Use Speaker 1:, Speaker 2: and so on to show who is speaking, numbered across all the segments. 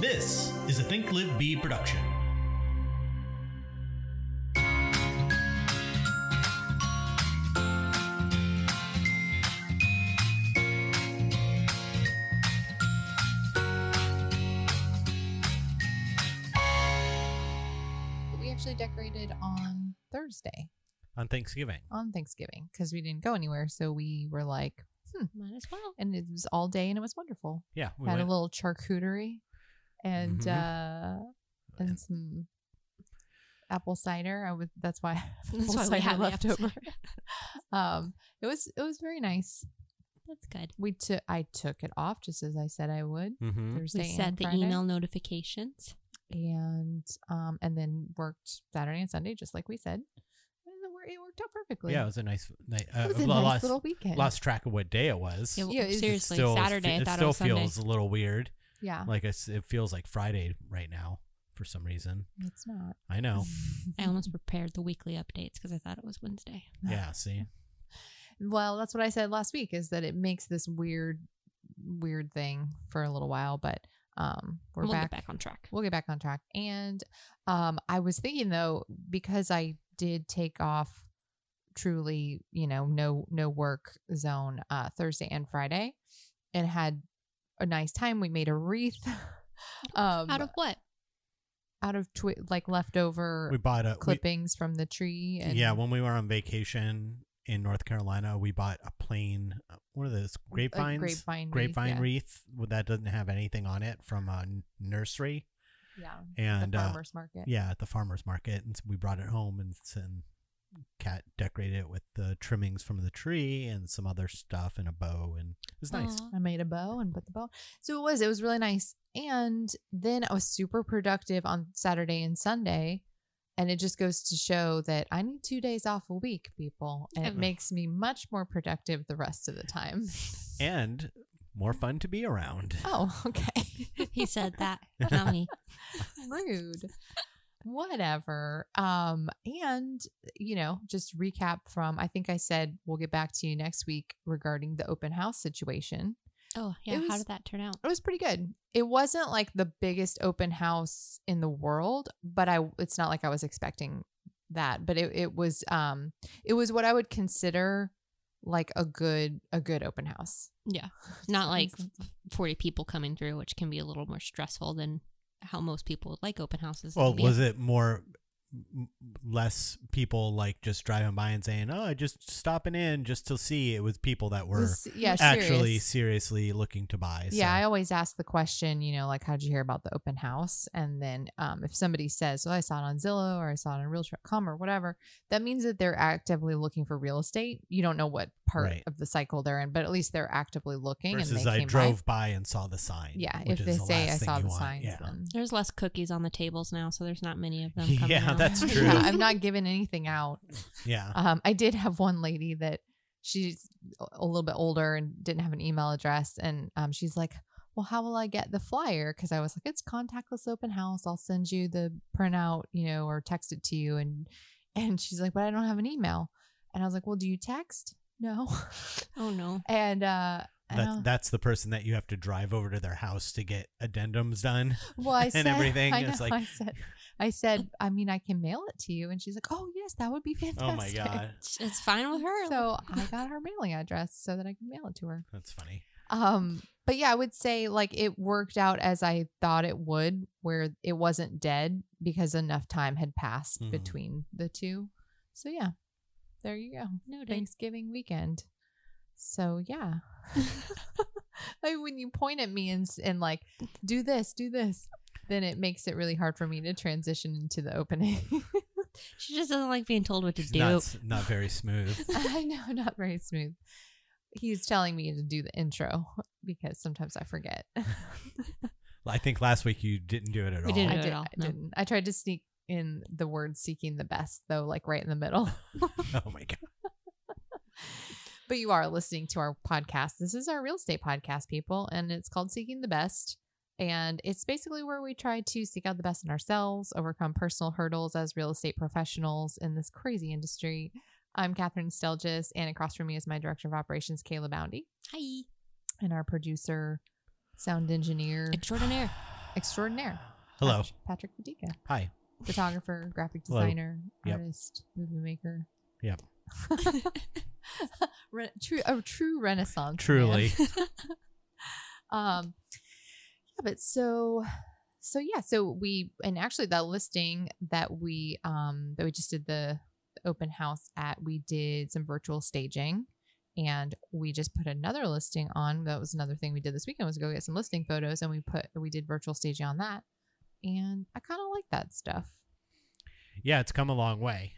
Speaker 1: This is a Think Live Bee production.
Speaker 2: But we actually decorated on Thursday
Speaker 3: on Thanksgiving.
Speaker 2: on Thanksgiving because we didn't go anywhere. So we were like, "Hmm."
Speaker 4: Might as well.
Speaker 2: and it was all day and it was wonderful.
Speaker 3: Yeah, we
Speaker 2: Had
Speaker 3: went,
Speaker 2: a little charcuterie and uh and
Speaker 3: And-
Speaker 2: some apple cider. I was that's why
Speaker 4: That's
Speaker 2: apple
Speaker 4: why we
Speaker 2: cider
Speaker 4: had left
Speaker 2: left
Speaker 4: over.
Speaker 2: over. um it was it was very nice.
Speaker 4: That's good.
Speaker 2: We took I took it off just as I said I would.
Speaker 3: Mhm.
Speaker 2: Thursday
Speaker 4: We set
Speaker 2: and
Speaker 4: the
Speaker 2: Friday.
Speaker 4: email notifications.
Speaker 2: and um and then worked Saturday and Sunday just like we said. And it wor- it worked out perfectly.
Speaker 3: Yeah, it was a nice, night. uh,
Speaker 2: It was
Speaker 3: I
Speaker 2: a
Speaker 3: lost,
Speaker 2: nice little weekend.
Speaker 3: lost track of what day it was.
Speaker 4: It,
Speaker 2: Yeah, it's-
Speaker 3: It
Speaker 4: seriously,
Speaker 3: still fe-
Speaker 4: Saturday. I
Speaker 3: It
Speaker 4: thought
Speaker 3: still
Speaker 4: it was Sunday.
Speaker 3: feels a little weird.
Speaker 2: yeah,
Speaker 3: Like it's, it feels like Friday right now for some reason.
Speaker 2: it's not.
Speaker 3: I know.
Speaker 4: I almost prepared the weekly updates because I thought it was Wednesday.
Speaker 2: Mm-hmm.
Speaker 3: Yeah. See.
Speaker 2: Well, that's what I said last week is that it makes this weird, weird thing for a little while, but um, we're
Speaker 4: we'll
Speaker 2: back.
Speaker 4: get back on track.
Speaker 2: We'll get back on track. And um, I was thinking though, because I did take off truly, you know, no no work zone uh, Thursday and Friday, and had a nice time. We made a wreath um,
Speaker 4: Out of what?
Speaker 2: out of twi- like leftover
Speaker 3: We bought a. we-
Speaker 2: clippings from the tree. And
Speaker 3: yeah, when we were on vacation in North Carolina, we bought a plain. uh, What are those
Speaker 2: a
Speaker 3: grapevines?
Speaker 2: grapevine, wreath,
Speaker 3: grapevine
Speaker 2: yeah.
Speaker 3: wreath that doesn't have anything on it from a n- nursery
Speaker 2: Yeah,
Speaker 3: and
Speaker 2: the
Speaker 3: uh,
Speaker 2: farmers market.
Speaker 3: yeah at the farmers market and so we brought it home and s- and cat decorated it with the trimmings from the tree and some other stuff and a bow and it was nice
Speaker 4: Aw.
Speaker 2: I made a bow and put the bow. So it was, it was really nice. And then I was super productive on Saturday and Sunday. And it just goes to show that I need two days off a week, people. And it
Speaker 4: Mm.
Speaker 2: makes me much more productive the rest of the time.
Speaker 3: and more fun to be around
Speaker 2: Oh, okay.
Speaker 4: He said that. Not me.
Speaker 2: Rude. Whatever. Um, and you know, just recap from I think I said we'll get back to you next week regarding the open house situation.
Speaker 4: Oh, yeah.
Speaker 2: It
Speaker 4: How
Speaker 2: was-
Speaker 4: did that turn out?
Speaker 2: it was pretty good. It wasn't like the biggest open house in the world, but I it's not like I was expecting that, but it, it was um it was what I would consider like a good a good open house.
Speaker 4: Yeah. Not like 40 people coming through, which can be a little more stressful than how most people would like open houses. to
Speaker 3: well
Speaker 4: be.
Speaker 3: was it more m- less people like just driving by and saying oh just stopping in just to see it was people that were
Speaker 2: S- yeah,
Speaker 3: actually
Speaker 2: serious.
Speaker 3: seriously looking to buy
Speaker 2: Yeah, I
Speaker 3: so-
Speaker 2: always ask the question, you know, like how'd you hear about the open house? And then um if somebody says, "Oh, I saw it on Zillow or I saw it on Realtor.com or whatever," that means that they're actively looking for real estate. You don't know what part
Speaker 3: Right.
Speaker 2: of the cycle they're in, but at least they're actively looking and
Speaker 3: versus
Speaker 2: they
Speaker 3: I
Speaker 2: came by.
Speaker 3: drove by and saw the sign.
Speaker 2: Yeah,
Speaker 3: which
Speaker 2: if
Speaker 3: is
Speaker 2: they
Speaker 3: the
Speaker 2: say
Speaker 3: last
Speaker 2: I
Speaker 3: thing
Speaker 2: saw
Speaker 3: you
Speaker 2: the
Speaker 3: want.
Speaker 2: signs,
Speaker 3: Yeah.
Speaker 2: then
Speaker 4: There's less cookies on the tables now, so there's not many of them. Coming
Speaker 3: Yeah,
Speaker 4: out.
Speaker 3: that's true.
Speaker 2: Yeah, I'm not giving anything out.
Speaker 3: yeah.
Speaker 2: Um, I did have one lady that she's a little bit older and didn't have an email address, and um, she's like, "Well, how will I get the flyer?" Because I was like, "It's contactless open house. I'll send you the printout, you know, or text it to you." And and she's like, "But I don't have an email." And I was like, "Well, do you text?" No.
Speaker 4: Oh, no.
Speaker 2: and uh, and I-
Speaker 3: That, that's the person that you have to drive over to their house to get addendums done.
Speaker 2: well, I
Speaker 3: and
Speaker 2: said,
Speaker 3: everything.
Speaker 2: I
Speaker 3: It's
Speaker 2: know,
Speaker 3: like-
Speaker 2: I said, I said, I mean, I can mail it to you, and she's like, "Oh yes, that would be fantastic."
Speaker 3: Oh my god,
Speaker 4: It's- It's fine with her.
Speaker 2: So I got her mailing address so that I can mail it to her.
Speaker 3: that's funny.
Speaker 2: Um, but yeah, I would say like it worked out as I thought it would, where it wasn't dead because enough time had passed
Speaker 3: Mhm.
Speaker 2: between the two. So yeah, there you go.
Speaker 4: no, thanks.
Speaker 2: Thanksgiving weekend. So yeah. I mean, when you point at me and s- and like do this, do this, then it makes it really hard for me to transition into the opening.
Speaker 4: She just doesn't like being told what to
Speaker 3: She's
Speaker 4: do.
Speaker 3: not s- not very smooth.
Speaker 2: I know, not very smooth. He's telling me to do the intro because sometimes I forget.
Speaker 3: I think last week you didn't do it at
Speaker 4: We
Speaker 3: all.
Speaker 4: didn't
Speaker 2: I,
Speaker 4: do it
Speaker 2: did,
Speaker 4: all,
Speaker 2: I
Speaker 4: no.
Speaker 2: didn't. I tried to sneak in the word seeking the best, though, like right in the middle.
Speaker 3: Oh my god,
Speaker 2: but you are listening to our podcast. This is our real estate podcast, people, and it's called Seeking the Best. And it's basically where we try to seek out the best in ourselves, overcome personal hurdles as real estate professionals in this crazy industry. I'm Catherine Stelgis, and across from me is my director of operations, Kayla Boundy,
Speaker 4: Hi.
Speaker 2: and our producer, sound engineer
Speaker 4: Extraordinaire.
Speaker 2: extraordinaire.
Speaker 3: Hello.
Speaker 2: Pat- Patrick Fadica,
Speaker 3: Hi.
Speaker 2: photographer, graphic
Speaker 3: Hello.
Speaker 2: designer,
Speaker 3: Yep.
Speaker 2: artist, movie maker.
Speaker 3: Yep.
Speaker 2: Re- true, a true renaissance. man.
Speaker 3: Truly.
Speaker 2: um yeah but so so yeah so we and actually that listing that we um that we just did the open house at we did some virtual staging and we just put another listing on that was another thing we did this weekend was go get some listing photos and we put we did virtual staging on that and i kind of like that stuff
Speaker 3: Yeah, it's come a long way.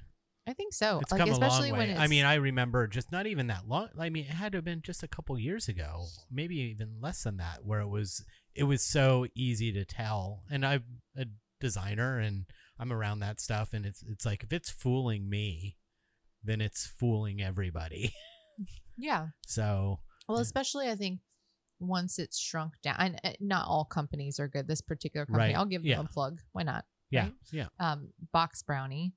Speaker 2: i think so
Speaker 3: It's
Speaker 2: Oh, like
Speaker 3: come a
Speaker 2: especially
Speaker 3: long way.
Speaker 2: when it's
Speaker 3: I mean, I remember just not even that long. I mean, it had to have been just a couple years ago, maybe even less than that, where it was it was so easy to tell. And I'm a designer, and I'm around that stuff, and it's it's like if it's fooling me, then it's fooling everybody.
Speaker 2: yeah
Speaker 3: So
Speaker 2: Well,
Speaker 3: Yeah.
Speaker 2: especially I think once it's shrunk down, and uh, not all companies are good. This particular company,
Speaker 3: Right.
Speaker 2: I'll give them
Speaker 3: Yeah.
Speaker 2: a plug. Why not?
Speaker 3: yeah,
Speaker 2: Right.
Speaker 3: yeah,
Speaker 2: Um, Box Brownie,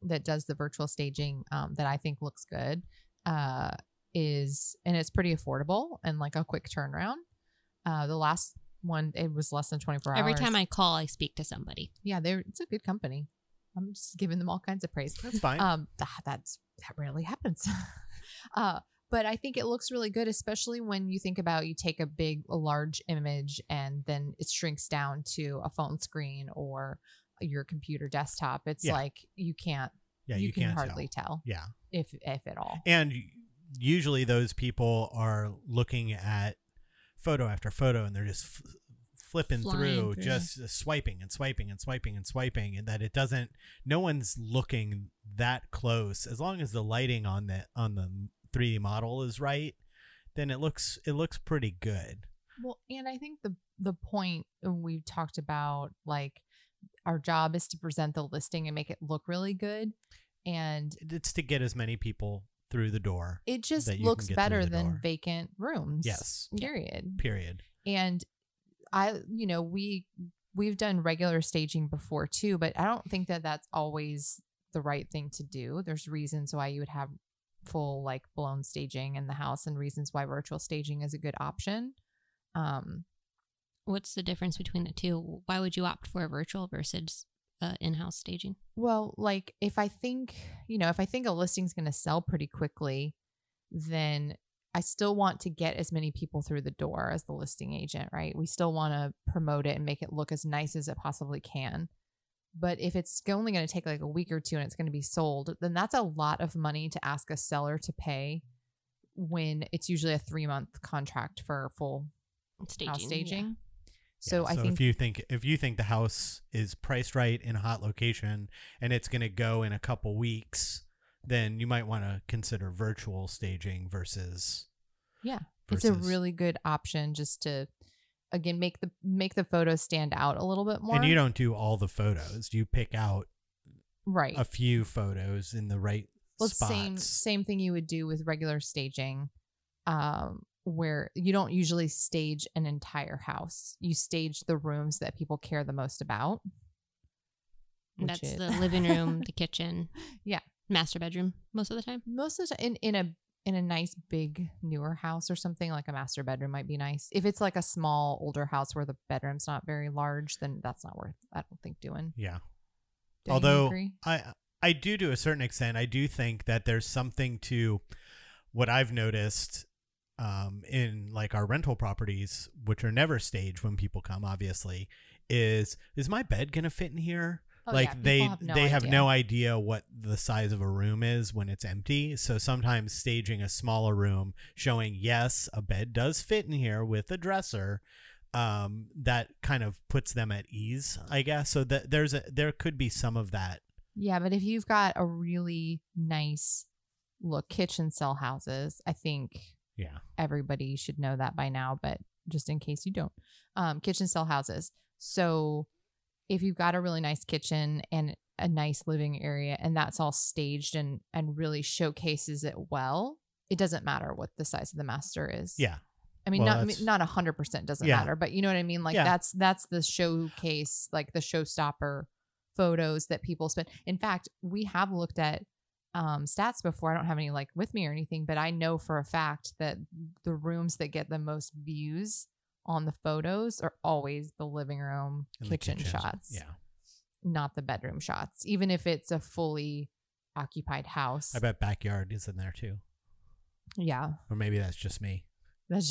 Speaker 2: that does the virtual staging um, that I think looks good, uh, is and it's pretty affordable and like a quick turnaround. Uh, the last one it was less than twenty four hours.
Speaker 4: Every time I call, I speak to somebody.
Speaker 2: yeah, they're it's a good company. I'm just giving them all kinds of praise
Speaker 3: that's fine.
Speaker 2: um that, that's that rarely happens uh but i think it looks really good especially when you think about you take a big a large image and then it shrinks down to a phone screen or your computer desktop it's
Speaker 3: Yeah.
Speaker 2: like you can't
Speaker 3: yeah,
Speaker 2: you, can
Speaker 3: can't
Speaker 2: hardly
Speaker 3: tell.
Speaker 2: tell,
Speaker 3: Yeah,
Speaker 2: if if at all
Speaker 3: and usually those people are looking at photo after photo and they're just f- flipping
Speaker 4: Flying
Speaker 3: through,
Speaker 4: through.
Speaker 3: just swiping and swiping and swiping and swiping and that it doesn't no one's looking that close as long as the lighting on the on the 3d model is right then it looks it looks pretty good
Speaker 2: Well, and I think the the point and we've talked about like our job is to present the listing and make it look really good and
Speaker 3: it's to get as many people through the door
Speaker 2: it just
Speaker 3: That you can
Speaker 2: looks
Speaker 3: get through
Speaker 2: better
Speaker 3: the
Speaker 2: than
Speaker 3: door.
Speaker 2: vacant rooms
Speaker 3: Yes.
Speaker 2: period
Speaker 3: period
Speaker 2: and i you know we we've done regular staging before too but i don't think that that's always the right thing to do there's reasons why you would have full like blown staging in the house and reasons why virtual staging is a good option um
Speaker 4: What's the difference between the two? Why would you opt for a virtual versus uh, in-house staging?
Speaker 2: Well, like if I think, you know, if I think a listing's going to sell pretty quickly, then I still want to get as many people through the door as the listing agent, right? We still want to promote it and make it look as nice as it possibly can. But if it's only going to take like a week or two and it's going to be sold, then that's a lot of money to ask a seller to pay when it's usually a three month contract for full
Speaker 4: Staging.
Speaker 2: house
Speaker 4: yeah.
Speaker 2: staging.
Speaker 3: Yeah,
Speaker 2: So I think
Speaker 3: if you think if you think the house is priced right in a hot location and it's going to go in a couple weeks, then you might want to consider virtual staging versus
Speaker 2: Yeah. it's
Speaker 3: versus,
Speaker 2: a really good option just to again make the make the photos stand out a little bit more
Speaker 3: and you don't do all the photos. You pick out
Speaker 2: right
Speaker 3: a few photos in the right
Speaker 2: well, it's
Speaker 3: spots.
Speaker 2: same same thing you would do with regular staging um where you don't usually stage an entire house you stage the rooms that people care the most about which
Speaker 4: That's
Speaker 2: is-
Speaker 4: the living room, the kitchen.
Speaker 2: Yeah.
Speaker 4: Master bedroom most of the time.
Speaker 2: most of the time in, in a in a nice big newer house or something like a master bedroom might be nice if it's like a small older house where the bedroom's not very large then that's not worth i don't think doing
Speaker 3: Yeah.
Speaker 2: Don't you
Speaker 3: Although
Speaker 2: agree?
Speaker 3: I I do to a certain extent, I do think that there's something to what I've noticed um, in like our rental properties, which are never staged when people come, obviously, is is my bed gonna fit in here?
Speaker 2: Oh,
Speaker 3: like
Speaker 2: yeah, people
Speaker 3: they
Speaker 2: have no
Speaker 3: they have
Speaker 2: idea.
Speaker 3: no idea what the size of a room is when it's empty. So sometimes staging a smaller room showing yes, a bed does fit in here with a dresser, um, that kind of puts them at ease, I guess. So that there's a there could be some of that.
Speaker 2: Yeah, but if you've got a really nice look kitchen cell houses, I think
Speaker 3: Yeah.
Speaker 2: everybody should know that by now, but just in case you don't. Um kitchen cell houses. So if you've got a really nice kitchen and a nice living area and that's all staged and and really showcases it well, it doesn't matter what the size of the master is.
Speaker 3: Yeah.
Speaker 2: I mean,
Speaker 3: Well,
Speaker 2: not I mean,
Speaker 3: that's-
Speaker 2: not a hundred percent doesn't
Speaker 3: Yeah.
Speaker 2: matter, but you know what I mean. Like
Speaker 3: Yeah.
Speaker 2: that's that's the showcase, like the showstopper photos that people spend. In fact, we have looked at um, stats before. I don't have any like with me or anything, but I know for a fact that the rooms that get the most views on the photos are always the living room
Speaker 3: In the
Speaker 2: kitchen, shots,
Speaker 3: Yeah.
Speaker 2: not the bedroom shots, even if it's a fully occupied house.
Speaker 3: I bet backyard is in there too.
Speaker 2: Yeah,
Speaker 3: Or maybe that's just me
Speaker 2: that's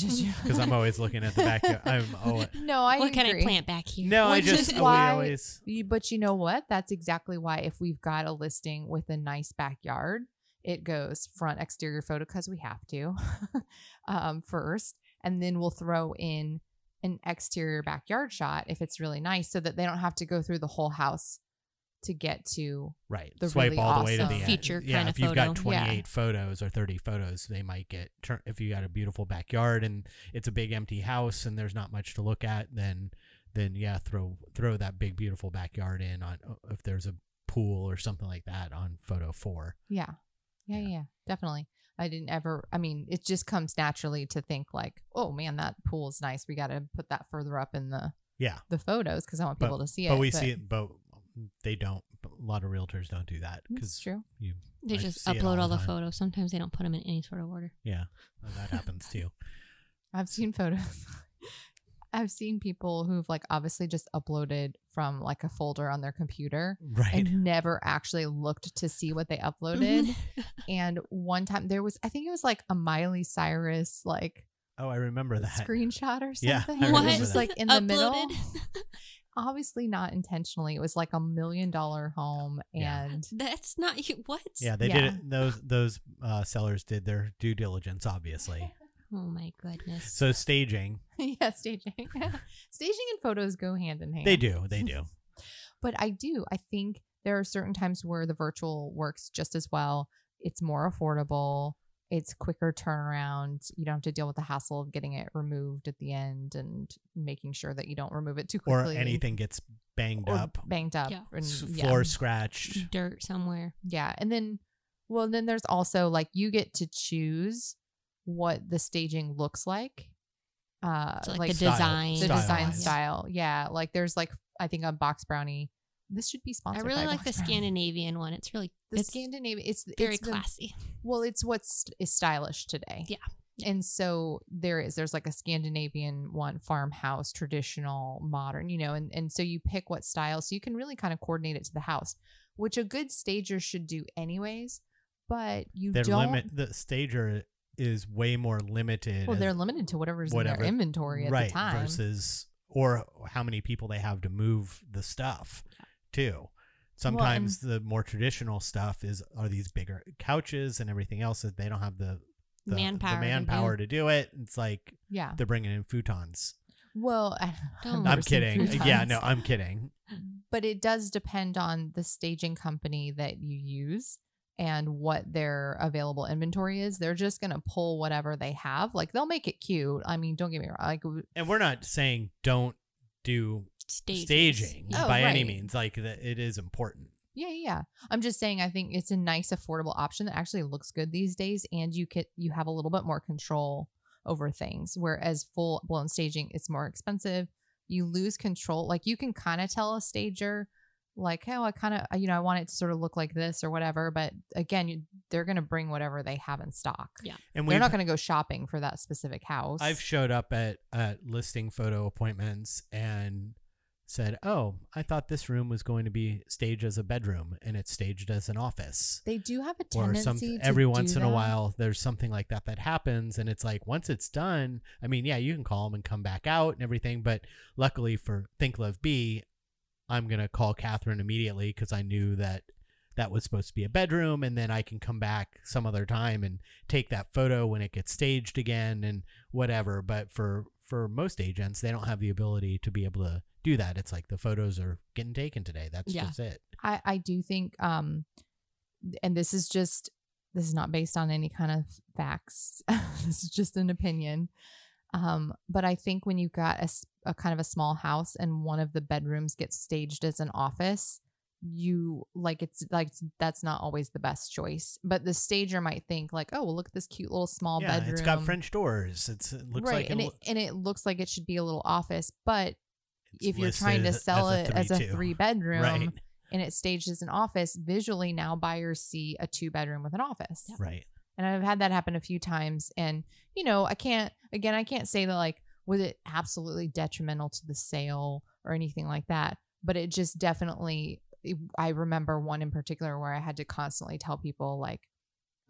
Speaker 2: just
Speaker 3: because I'm always looking at the backyard. I'm always.
Speaker 2: no, I
Speaker 4: what can I
Speaker 2: agree.
Speaker 4: plant back here?
Speaker 3: No, I
Speaker 2: Which
Speaker 3: just.
Speaker 2: is
Speaker 3: we
Speaker 2: why-
Speaker 3: always.
Speaker 2: You- But you know what? That's exactly why if we've got a listing with a nice backyard, it goes front exterior photo because we have to um, first, and then we'll throw in an exterior backyard shot if it's really nice, so that they don't have to go through the whole house to get to.
Speaker 3: Right.
Speaker 2: the
Speaker 3: Swipe
Speaker 2: really
Speaker 3: all the way to the
Speaker 2: awesome
Speaker 3: end.
Speaker 4: feature
Speaker 3: yeah,
Speaker 4: kinda
Speaker 3: if you've got
Speaker 4: photo.
Speaker 2: Yeah.
Speaker 3: 28 photos or 30 photos, they might get tur if you got a beautiful backyard and it's a big empty house and there's not much to look at, then then yeah, throw throw that big beautiful backyard in on if there's a pool or something like that on photo 4.
Speaker 2: Yeah, yeah,
Speaker 3: Yeah.
Speaker 2: yeah, yeah, definitely. I didn't ever. I mean, it just comes naturally to think like, oh man, that pool's nice. We got to put that further up in the
Speaker 3: Yeah.
Speaker 2: the photos because I want people to see it.
Speaker 3: but we see it but they don't a lot of realtors don't do that
Speaker 2: It's
Speaker 3: cuz
Speaker 2: Mm, true.
Speaker 3: you
Speaker 4: They
Speaker 3: I
Speaker 4: just
Speaker 3: see it
Speaker 4: upload
Speaker 3: all
Speaker 4: all,
Speaker 3: the
Speaker 4: the
Speaker 3: time.
Speaker 4: photos. Sometimes they don't put them in any sort of order.
Speaker 3: yeah, that happens too.
Speaker 2: I've seen photos. I've seen people who've like obviously just uploaded from like a folder on their computer
Speaker 3: Right. Mm-hmm.
Speaker 2: and never actually looked to see what they uploaded. and one time there was, I think it was like a Miley Cyrus like
Speaker 3: Oh, I remember that.
Speaker 2: screenshot or
Speaker 3: Yeah, I
Speaker 2: something. It
Speaker 4: remember
Speaker 2: was just
Speaker 4: that.
Speaker 2: like in the middle.
Speaker 4: Uploaded?
Speaker 2: Obviously not intentionally. It was like a million dollar home
Speaker 3: Yeah.
Speaker 2: and
Speaker 4: That's not you. What?
Speaker 3: Yeah, they did
Speaker 2: Yeah.
Speaker 3: it. Those those uh, sellers did their due diligence, obviously.
Speaker 4: Oh my goodness.
Speaker 3: So staging,
Speaker 2: yeah, staging. staging and photos go hand in hand.
Speaker 3: they do, they do.
Speaker 2: but I do. I think there are certain times where the virtual works just as well. It's more affordable. It's quicker turnaround. You don't have to deal with the hassle of getting it removed at the end and making sure that you don't remove it too
Speaker 3: or
Speaker 2: quickly
Speaker 3: anything gets banged
Speaker 2: or
Speaker 3: up,
Speaker 2: banged up,
Speaker 4: Yeah.
Speaker 2: and
Speaker 3: s-
Speaker 2: yeah.
Speaker 3: floor scratched.
Speaker 4: Dirt somewhere.
Speaker 2: Yeah. And then, well, then there's also like you get to choose what the staging looks like. Uh,
Speaker 4: So like, the
Speaker 3: Style.
Speaker 4: design.
Speaker 2: the
Speaker 3: Style.
Speaker 2: design
Speaker 3: Yeah.
Speaker 2: style. Yeah. Like there's like, I think on Box Brownie, this should be
Speaker 4: I
Speaker 2: sponsored.
Speaker 4: really
Speaker 2: by
Speaker 4: like the
Speaker 2: Box Brownie.
Speaker 4: Scandinavian one. It's really
Speaker 2: The
Speaker 4: it's
Speaker 2: Scandinavian, it's
Speaker 4: very
Speaker 2: it's the-
Speaker 4: classy.
Speaker 2: Well, it's what's is stylish today.
Speaker 4: Yeah. Yeah.
Speaker 2: And so there is there's like a Scandinavian one farmhouse, traditional, modern, you know, and and so you pick what style so you can really kind of coordinate it to the house, which a good stager should do anyways, but you
Speaker 3: Their
Speaker 2: don't
Speaker 3: limit, the stager is way more limited.
Speaker 2: well, they're
Speaker 3: as-
Speaker 2: limited to whatever's in
Speaker 3: whatever-
Speaker 2: their inventory at
Speaker 3: right
Speaker 2: the time.
Speaker 3: versus or how many people they have to move the stuff too. Sometimes the more traditional stuff is are these bigger couches and everything else that they don't have the the
Speaker 4: Manpower
Speaker 3: the
Speaker 4: to do.
Speaker 3: manpower to do it. It's like
Speaker 2: yeah.
Speaker 3: they're bringing in futons.
Speaker 2: Well, I,
Speaker 4: Don't.
Speaker 2: I've
Speaker 3: I'm
Speaker 2: never seen
Speaker 3: kidding.
Speaker 2: futons.
Speaker 3: Yeah, no, I'm kidding.
Speaker 2: but it does depend on the staging company that you use and what their available inventory is. They're just going to pull whatever they have. Like they'll make it cute. I mean, don't get me wrong. Like w-
Speaker 3: And we're not saying don't do
Speaker 4: Stages.
Speaker 3: staging
Speaker 2: Oh,
Speaker 3: by any
Speaker 2: right.
Speaker 3: means. Like the, it is important.
Speaker 2: yeah, yeah, yeah. I'm just saying I think it's a nice affordable option that actually looks good these days and you can you have a little bit more control over things whereas full blown staging is more expensive. You lose control. Like you can kind of tell a stager like, "Oh, I kind of you know, I want it to sort of look like this or whatever," but again, you, they're going to bring whatever they have in stock.
Speaker 4: Yeah.
Speaker 3: And
Speaker 2: They're
Speaker 3: we've
Speaker 2: not going to go shopping for that specific house.
Speaker 3: I've showed up at at listing photo appointments and said, "Oh, I thought this room was going to be staged as a bedroom, and it's staged as an office."
Speaker 2: they do have a
Speaker 3: Or
Speaker 2: tendency
Speaker 3: some
Speaker 2: to
Speaker 3: every
Speaker 2: do
Speaker 3: once in a
Speaker 2: that.
Speaker 3: while, there's something like that that happens, and it's like once it's done. I mean, yeah, you can call them and come back out and everything, but luckily for Think Love B, I'm gonna call Catherine immediately because I knew that that was supposed to be a bedroom, and then I can come back some other time and take that photo when it gets staged again and whatever. But for for most agents, they don't have the ability to be able to do that. It's like the photos are getting taken today. That's
Speaker 4: Yeah.
Speaker 3: just it.
Speaker 2: I, I do think um and this is just this is not based on any kind of facts this is just an opinion um but i think when you've got a, s- a kind of a small house and one of the bedrooms gets staged as an office you like it's like that's not always the best choice but the stager might think like oh well look at this cute little small
Speaker 3: yeah,
Speaker 2: bedroom
Speaker 3: it's got French doors. It's it looks
Speaker 2: right
Speaker 3: like
Speaker 2: and
Speaker 3: an-
Speaker 2: it and it looks like it should be a little office but
Speaker 3: it's
Speaker 2: if you're trying to
Speaker 3: listed
Speaker 2: sell it as a
Speaker 3: three-two.
Speaker 2: three bedroom
Speaker 3: right,
Speaker 2: and it's staged as an office, visually now buyers see a two bedroom with an office.
Speaker 3: right.
Speaker 2: And I've had that happen a few times. And, you know, I can't, again, I can't say that like, was it absolutely detrimental to the sale or anything like that but it just definitely it- i remember one in particular where i had to constantly tell people like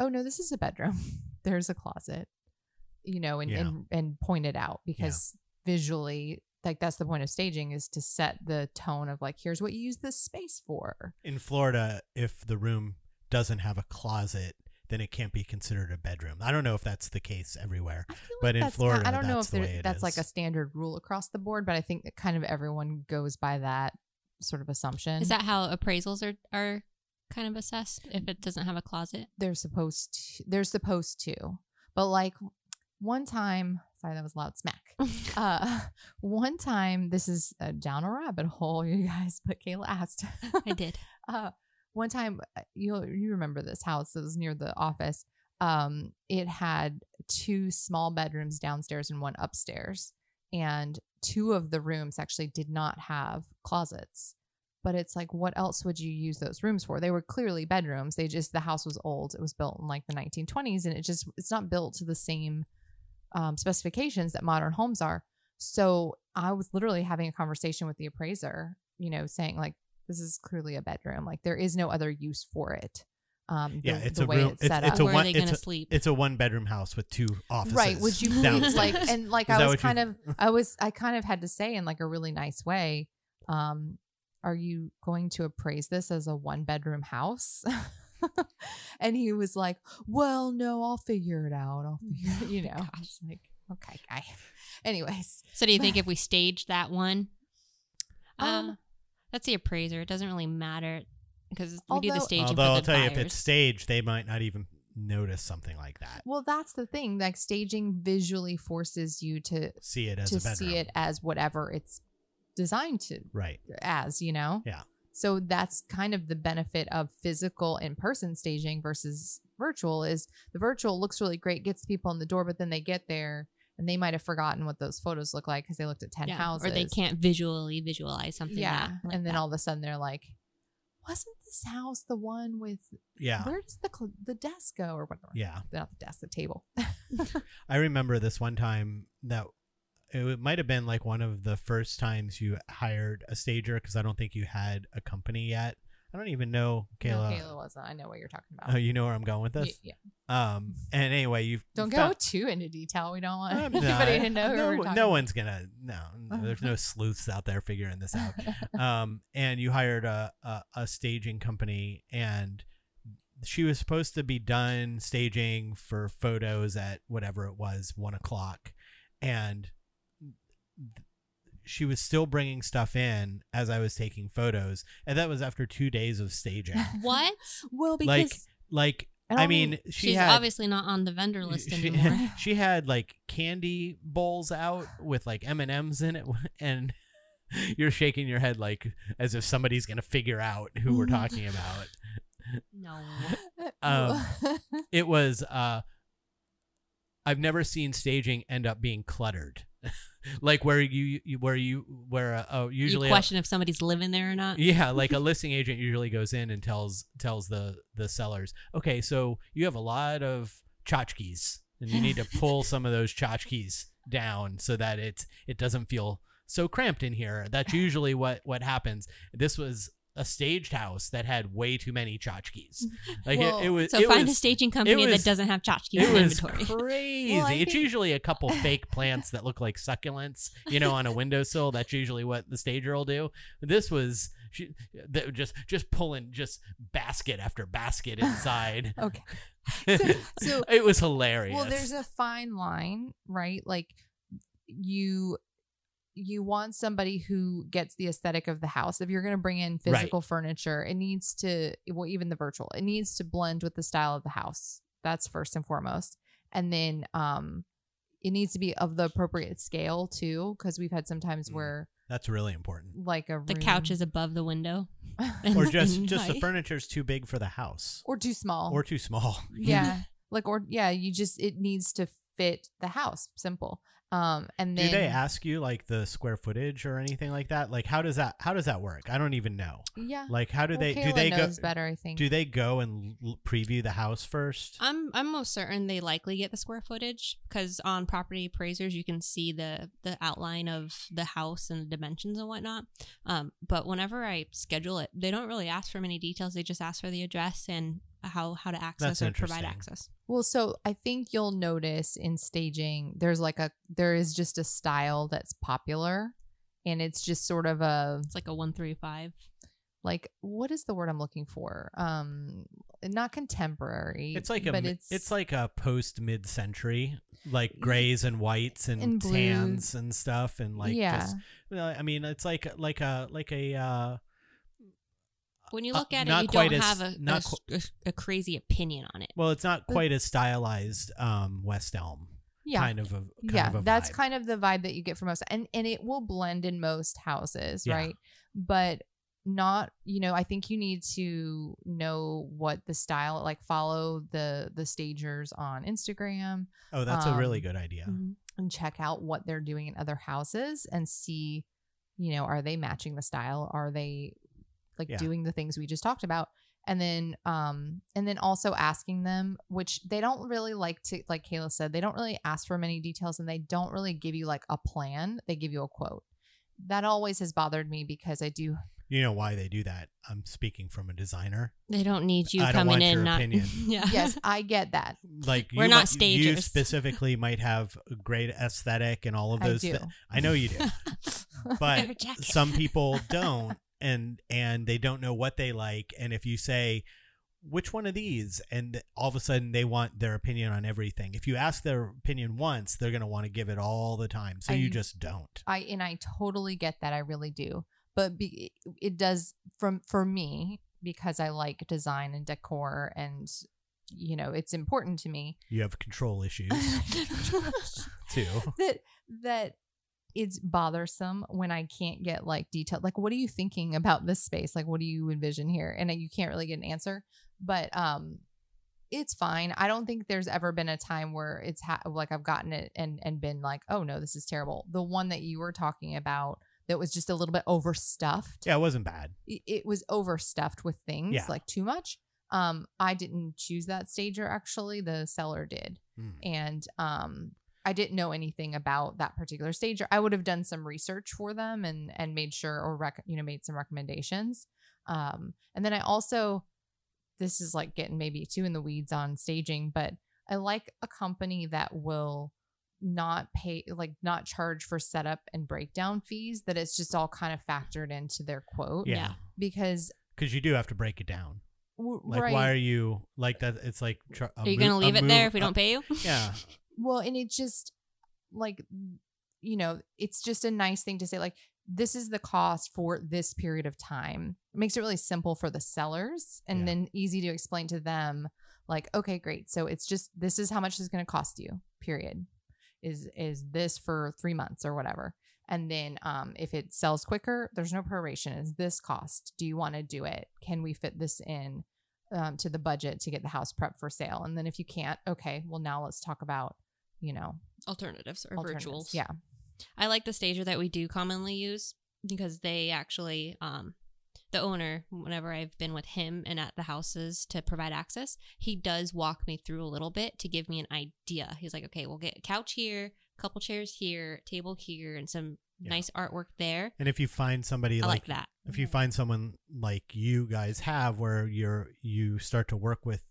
Speaker 2: oh no this is a bedroom there's a closet you know and
Speaker 3: Yeah.
Speaker 2: and, and point it out because visually like that's the point of staging is to set the tone of like here's what you use this space for
Speaker 3: in Florida, if the room doesn't have a closet, then it can't be considered a bedroom. I don't know if that's the case everywhere.
Speaker 2: I feel
Speaker 3: But in
Speaker 2: that's
Speaker 3: Florida,
Speaker 2: I don't know
Speaker 3: that's
Speaker 2: if
Speaker 3: the
Speaker 2: there-
Speaker 3: way it
Speaker 2: that's like
Speaker 3: is.
Speaker 2: a standard rule across the board, but I think that kind of everyone goes by that sort of assumption.
Speaker 4: Is that how appraisals are are kind of assessed if it doesn't have a closet?
Speaker 2: they're supposed to, they're supposed to, but like one time, sorry, that was loud smack. Uh, one time, this is uh, down a rabbit hole, you guys. But Kayla asked,
Speaker 4: I did.
Speaker 2: uh, one time uh, you you remember this house that was near the office um it had two small bedrooms downstairs and one upstairs and two of the rooms actually did not have closets but it's like what else would you use those rooms for they were clearly bedrooms they just the house was old it was built in like the 1920s and it just it's not built to the same um, specifications that modern homes are so i was literally having a conversation with the appraiser you know saying like this is clearly a bedroom. Like there is no other use for it. Um, the,
Speaker 3: Yeah, it's
Speaker 2: the
Speaker 3: a
Speaker 2: way
Speaker 3: room-
Speaker 2: it's set
Speaker 4: Where
Speaker 3: It's a
Speaker 2: up.
Speaker 4: are
Speaker 3: one-
Speaker 4: they
Speaker 3: it's
Speaker 4: going to
Speaker 3: a-
Speaker 4: sleep?
Speaker 3: It's a one bedroom house with two offices.
Speaker 2: right. Would you please like
Speaker 3: downstairs.
Speaker 2: and like
Speaker 3: Is
Speaker 2: I
Speaker 3: that
Speaker 2: was
Speaker 3: what you-
Speaker 2: kind of I was I kind of had to say in like a really nice way, um, are you going to appraise this as a one bedroom house? and he was like, Well, no, I'll figure it out. I'll figure you know. I was like, Okay, guy. Anyways.
Speaker 4: So do you think if we staged that one?
Speaker 2: Um,
Speaker 4: uh, that's the appraiser. It doesn't really matter because we do the
Speaker 2: Although-
Speaker 4: staging
Speaker 3: Although
Speaker 4: for the
Speaker 3: I'll tell
Speaker 4: buyers.
Speaker 3: you, if it's staged, they might not even notice something like that.
Speaker 2: Well, that's the thing. Like staging visually forces you to
Speaker 3: See it as
Speaker 2: to
Speaker 3: a bedroom.
Speaker 2: see it as whatever it's designed to
Speaker 3: right.
Speaker 2: as, you know?
Speaker 3: Yeah.
Speaker 2: So that's kind of the benefit of physical in person staging versus virtual is the virtual looks really great, gets people in the door, but then they get there and they might have forgotten what those photos look like because they looked at 10
Speaker 4: Yeah,
Speaker 2: houses.
Speaker 4: or they can't visually visualize something.
Speaker 2: Yeah.
Speaker 4: that- like
Speaker 2: and then
Speaker 4: that.
Speaker 2: all of a sudden they're like, wasn't this house the one with
Speaker 3: Yeah.
Speaker 2: where does the cl- the desk go or whatever?
Speaker 3: Yeah.
Speaker 2: Not the desk, the table.
Speaker 3: I remember this one time that it w- might have been like one of the first times you hired a stager because I don't think you had a company yet. I don't even know Kayla.
Speaker 2: No, Kayla wasn't. I know what you're talking about.
Speaker 3: Oh, you know where I'm going with
Speaker 2: Y-
Speaker 3: this.
Speaker 2: yeah.
Speaker 3: Um, and anyway, you've
Speaker 2: Don't
Speaker 3: fou-
Speaker 2: go too into detail. We don't want
Speaker 3: I'm
Speaker 2: anybody
Speaker 3: not-
Speaker 2: to know. who
Speaker 3: No, one-
Speaker 2: we're talking
Speaker 3: no
Speaker 2: about.
Speaker 3: one's gonna. No, no, there's no sleuths out there figuring this out. um, and you hired a, a a staging company, and she was supposed to be done staging for photos at whatever it was, one o'clock, and she was still bringing stuff in as I was taking photos, and that was after two days of staging.
Speaker 4: what?
Speaker 2: Well, because
Speaker 3: like, like
Speaker 2: and
Speaker 3: I
Speaker 2: I'll-
Speaker 3: mean, she
Speaker 4: She's
Speaker 3: had
Speaker 4: obviously not on the vendor list
Speaker 3: she,
Speaker 4: anymore.
Speaker 3: she had like candy bowls out with like M and M's in it, and you're shaking your head like as if somebody's gonna figure out who
Speaker 4: Mm.
Speaker 3: we're talking about.
Speaker 4: no.
Speaker 3: um, It was uh, I've never seen staging end up being cluttered, like where you, you where you where uh, oh, usually
Speaker 4: you question if somebody's living there or not.
Speaker 3: yeah like a listing agent usually goes in and tells tells the the sellers okay so you have a lot of tchotchkes and you need to pull some of those tchotchkes down so that it it doesn't feel so cramped in here that's usually what what happens this was a staged house that had way too many tchotchkes like
Speaker 2: Well,
Speaker 3: it, it was
Speaker 4: So
Speaker 3: it
Speaker 4: find a
Speaker 3: was,
Speaker 4: staging company
Speaker 3: was-
Speaker 4: that doesn't have tchotchkes
Speaker 3: it
Speaker 4: in
Speaker 3: was
Speaker 4: inventory.
Speaker 3: crazy.
Speaker 2: I
Speaker 3: it's
Speaker 2: think-
Speaker 3: usually a couple fake plants that look like succulents, you know, on a windowsill. That's usually what the stager will do. This was she, they were just just pulling just basket after basket inside.
Speaker 2: okay. So, so
Speaker 3: it was hilarious.
Speaker 2: well, there's a fine line, right? Like you you want somebody who gets the aesthetic of the house. If you're going to bring in
Speaker 3: Right.
Speaker 2: physical furniture, it needs to well even the virtual. It needs to blend with the style of the house. That's first and foremost. And then um it needs to be of the appropriate scale too because we've had sometimes
Speaker 3: Mm.
Speaker 2: where
Speaker 3: that's really important.
Speaker 2: like a
Speaker 4: The
Speaker 2: room-
Speaker 4: couch is above the window.
Speaker 3: Or just just the
Speaker 4: Right.
Speaker 3: furniture's too big for the house
Speaker 2: or too small
Speaker 3: or too small.
Speaker 2: yeah like or yeah you just it needs to fit the house. Simple. Um, and then
Speaker 3: Do they ask you like the square footage or anything like that? Like how does that how does that work? I don't even know.
Speaker 2: Yeah.
Speaker 3: Like how do
Speaker 2: Well,
Speaker 3: they do
Speaker 2: Kayla
Speaker 3: they go
Speaker 2: knows better? I think.
Speaker 3: do they go and l- preview the house first?
Speaker 4: I'm I'm most certain they likely get the square footage because on property appraisers you can see the the outline of the house and the dimensions and whatnot. Um, but whenever I schedule it, they don't really ask for many details. They just ask for the address and how how to access
Speaker 3: That's
Speaker 4: or provide
Speaker 3: interesting.
Speaker 4: access.
Speaker 2: Well, so I think you'll notice in staging, there's like a there is just a style that's popular, and it's just sort of a
Speaker 4: It's like a one three five.
Speaker 2: like what is the word I'm looking for? Um, not contemporary.
Speaker 3: It's like a
Speaker 2: but
Speaker 3: mi-
Speaker 2: it's
Speaker 3: it's like a post mid century, like grays and whites and,
Speaker 2: And
Speaker 3: tans and stuff and like
Speaker 2: yeah.
Speaker 3: just well, I mean it's like like a like a uh
Speaker 4: When you
Speaker 3: Uh,
Speaker 4: look at it,
Speaker 3: not
Speaker 4: you
Speaker 3: quite
Speaker 4: don't
Speaker 3: as-
Speaker 4: have a,
Speaker 3: not
Speaker 4: a s- a- a crazy opinion on it.
Speaker 3: well it's not quite as stylized um West Elm
Speaker 2: yeah.
Speaker 3: kind of a kind
Speaker 2: yeah,
Speaker 3: of a
Speaker 2: that's
Speaker 3: vibe.
Speaker 2: kind of the vibe that you get from most, and and it will blend in most houses,
Speaker 3: Yeah.
Speaker 2: right? But not, you know, I think you need to know what the style, like follow the the stagers on Instagram,
Speaker 3: Oh, that's a really
Speaker 2: um,
Speaker 3: good idea.
Speaker 4: Mm-hmm.
Speaker 2: and check out what they're doing in other houses and see, you know, are they matching the style? Are they like
Speaker 3: Yeah.
Speaker 2: doing the things we just talked about? And then, um, and then also asking them, which they don't really like to, like Kayla said, they don't really ask for many details and they don't really give you like a plan. They give you a quote. That always has bothered me because I do.
Speaker 3: You know why they do that? I'm speaking from a designer.
Speaker 4: They don't need you
Speaker 3: I don't
Speaker 4: coming
Speaker 3: want
Speaker 4: in.
Speaker 3: your
Speaker 4: not
Speaker 3: opinion.
Speaker 4: yeah.
Speaker 2: Yes, I get that.
Speaker 3: Like
Speaker 4: We're
Speaker 3: you
Speaker 4: not
Speaker 3: might- you- You
Speaker 4: stagers.
Speaker 3: specifically might have a great aesthetic and all of
Speaker 2: I
Speaker 3: those.
Speaker 2: do.
Speaker 3: thi- I know you do, but
Speaker 4: Better check it.
Speaker 3: some people don't, and and they don't know what they like. And if you say, "Which one of these?" and all of a sudden they want their opinion on everything. If you ask their opinion once, they're gonna want to give it all the time. So you
Speaker 2: I-
Speaker 3: just don't.
Speaker 2: I and I totally get that. I really do. But be, it does from for me because I like design and decor, and you know it's important to me
Speaker 3: You have control issues too.
Speaker 2: that that it's bothersome when I can't get like detailed. Like, what are you thinking about this space? Like, what do you envision here? And uh, you can't really get an answer. But um, it's fine. I don't think there's ever been a time where it's ha- like I've gotten it and and been like, oh no, this is terrible. The one that you were talking about that was just a little bit overstuffed
Speaker 3: Yeah, it wasn't bad.
Speaker 2: it- it was overstuffed with things
Speaker 3: Yeah.
Speaker 2: like too much um i didn't choose that stager actually the seller did
Speaker 3: Mm.
Speaker 2: and um i didn't know anything about that particular stager i would have done some research for them and and made sure or rec- you know made some recommendations um and then i also this is like getting maybe too in the weeds on staging but i like a company that will not pay like not charge for setup and breakdown fees that it's just all kind of factored into their quote
Speaker 3: Yeah,
Speaker 4: Oh, Yeah.
Speaker 2: because
Speaker 3: because you do have to break it down.
Speaker 2: w-
Speaker 3: Like,
Speaker 2: right
Speaker 3: why are you like that? It's like, tr- a
Speaker 4: Are you
Speaker 3: mo-
Speaker 4: gonna
Speaker 3: a
Speaker 4: leave it there
Speaker 3: move-
Speaker 4: if we
Speaker 3: a-
Speaker 4: don't pay you?
Speaker 3: yeah,
Speaker 2: well and it just like you know it's just a nice thing to say like this is the cost for this period of time makes it really simple for the sellers and
Speaker 3: Yeah.
Speaker 2: then easy to explain to them like okay great so it's just this is how much this is going to cost you period is is this for three months or whatever and then um, if it sells quicker there's no proration is this cost do you want to do it can we fit this in um, to the budget to get the house prep for sale and then if you can't okay well now let's talk about you know
Speaker 4: Alternatives or
Speaker 2: alternatives.
Speaker 4: virtuals.
Speaker 2: yeah
Speaker 4: I like the stager that we do commonly use because they actually, um, the owner, whenever I've been with him and at the houses to provide access, he does walk me through a little bit to give me an idea. He's like, okay, we'll get a couch here, couple chairs here, table here, and some
Speaker 3: Yeah.
Speaker 4: nice artwork there.
Speaker 3: and if you find somebody
Speaker 4: I like
Speaker 3: like,
Speaker 4: that.
Speaker 3: if you find someone like you guys have, where you're you start to work with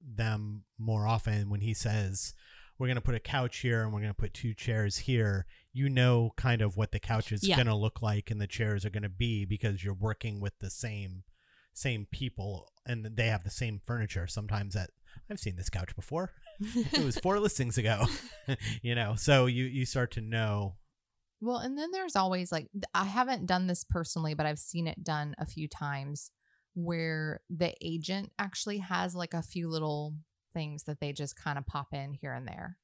Speaker 3: them more often, when he says we're gonna put a couch here and we're gonna put two chairs here, you know, kind of what the couch is
Speaker 4: Yeah.
Speaker 3: gonna look like and the chairs are gonna be because you're working with the same same people and they have the same furniture. Sometimes that I've seen this couch before. it was four listings ago you know so you you start to know
Speaker 2: Well, and then there's always like th- I haven't done this personally, but I've seen it done a few times where the agent actually has like a few little things that they just kind of pop in here and there.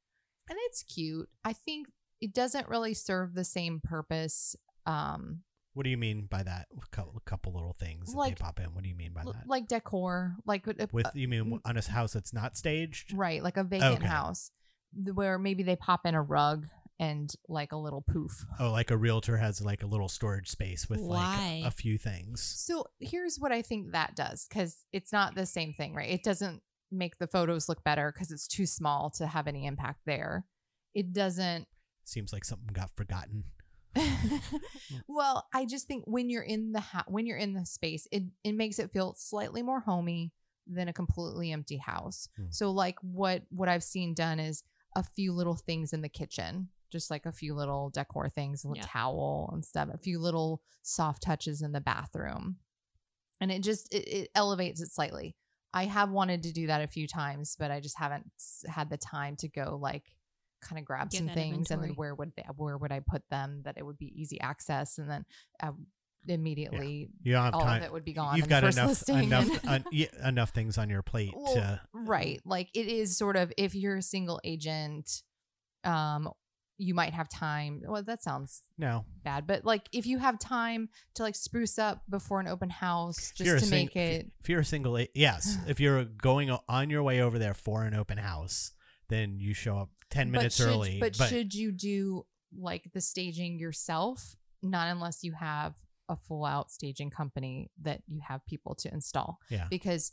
Speaker 2: And it's cute. I think it doesn't really serve the same purpose um
Speaker 3: what do you mean by that a couple, couple little things that
Speaker 2: Like-
Speaker 3: they pop in what do you mean by
Speaker 2: l-
Speaker 3: that
Speaker 2: like decor, like a- a- mm.
Speaker 3: with you mean on a house that's not staged
Speaker 2: Right, like a vacant
Speaker 3: Okay.
Speaker 2: house. where maybe they pop in a rug and like a little poof.
Speaker 3: Oh, like a realtor has like a little storage space with
Speaker 4: Why?
Speaker 3: like a few things.
Speaker 2: So here's what I think that does because it's not the same thing, right? It doesn't make the photos look better because it's too small to have any impact there. It doesn't.
Speaker 3: Seems like something got forgotten.
Speaker 2: well, I just think when you're in the ha- when you're in the space, it it makes it feel slightly more homey than a completely empty house.
Speaker 3: Mm.
Speaker 2: So like what what I've seen done is a few little things in the kitchen, just like a few little decor things, a
Speaker 4: Yeah.
Speaker 2: towel and stuff, a few little soft touches in the bathroom. And it just it, it elevates it slightly. I have wanted to do that a few times, but I just haven't s- had the time to go like kind of grab
Speaker 4: Get
Speaker 2: some
Speaker 4: that
Speaker 2: things and
Speaker 4: inventory.
Speaker 2: then where would they, where would I put them that it would be easy access and then uh, immediately
Speaker 3: You don't have
Speaker 2: all
Speaker 3: time.
Speaker 2: of it would be gone.
Speaker 3: You've
Speaker 2: in the
Speaker 3: got
Speaker 2: first
Speaker 3: enough
Speaker 2: listing.
Speaker 3: enough un, yeah, enough things on your plate
Speaker 2: Well,
Speaker 3: to
Speaker 2: right like it is sort of if you're a single agent um you might have time well that sounds
Speaker 3: no.
Speaker 2: bad but like if you have time to like spruce up before an open house
Speaker 3: If you're
Speaker 2: just to
Speaker 3: a sing-
Speaker 2: make it
Speaker 3: If you're a single, a- yes. If you're going o- on your way over there for an open house, then you show up ten
Speaker 2: but
Speaker 3: minutes
Speaker 2: should-
Speaker 3: early.
Speaker 2: but, should you do like the staging yourself not unless you have a full out staging company that you have people to install
Speaker 3: yeah,
Speaker 2: because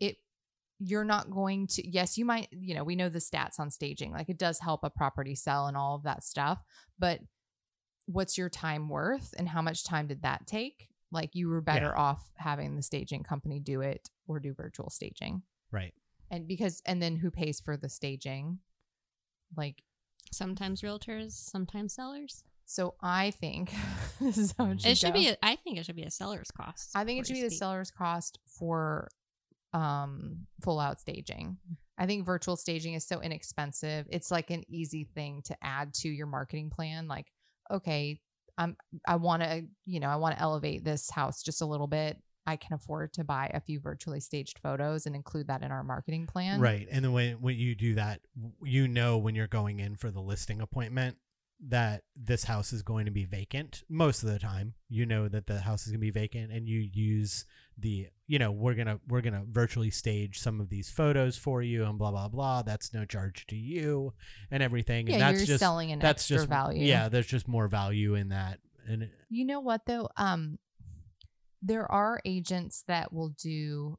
Speaker 2: it you're not going to yes you might you know we know the stats on staging like it does help a property sell and all of that stuff but what's your time worth and how much time did that take like you were better
Speaker 3: Yeah.
Speaker 2: off having the staging company do it or do virtual staging
Speaker 3: right.
Speaker 2: and because and then who pays for the staging like
Speaker 4: Sometimes realtors, sometimes sellers.
Speaker 2: so i think this is how it should,
Speaker 4: It should
Speaker 2: go.
Speaker 4: be. A, I think it should be a seller's cost.
Speaker 2: I think it
Speaker 4: for
Speaker 2: should be
Speaker 4: you
Speaker 2: the
Speaker 4: speak.
Speaker 2: seller's cost for um full out staging.
Speaker 3: Mm.
Speaker 2: I think virtual staging is so inexpensive. It's like an easy thing to add to your marketing plan. Like, okay, I'm I want to, you know, I want to elevate this house just a little bit. I can afford to buy a few virtually staged photos and include that in our marketing plan.
Speaker 3: Right. And then when, when you do that, w- you know when you're going in for the listing appointment that this house is going to be vacant most of the time. You know that the house is going to be vacant and you use the, you know, we're going to we're going to virtually stage some of these photos for you and blah blah blah. That's no charge to you and everything.
Speaker 2: Yeah,
Speaker 3: and that's
Speaker 2: you're
Speaker 3: just
Speaker 2: selling an
Speaker 3: that's
Speaker 2: extra
Speaker 3: just
Speaker 2: value.
Speaker 3: Yeah, there's just more value in that. And
Speaker 2: You know what though? Um there are agents that will do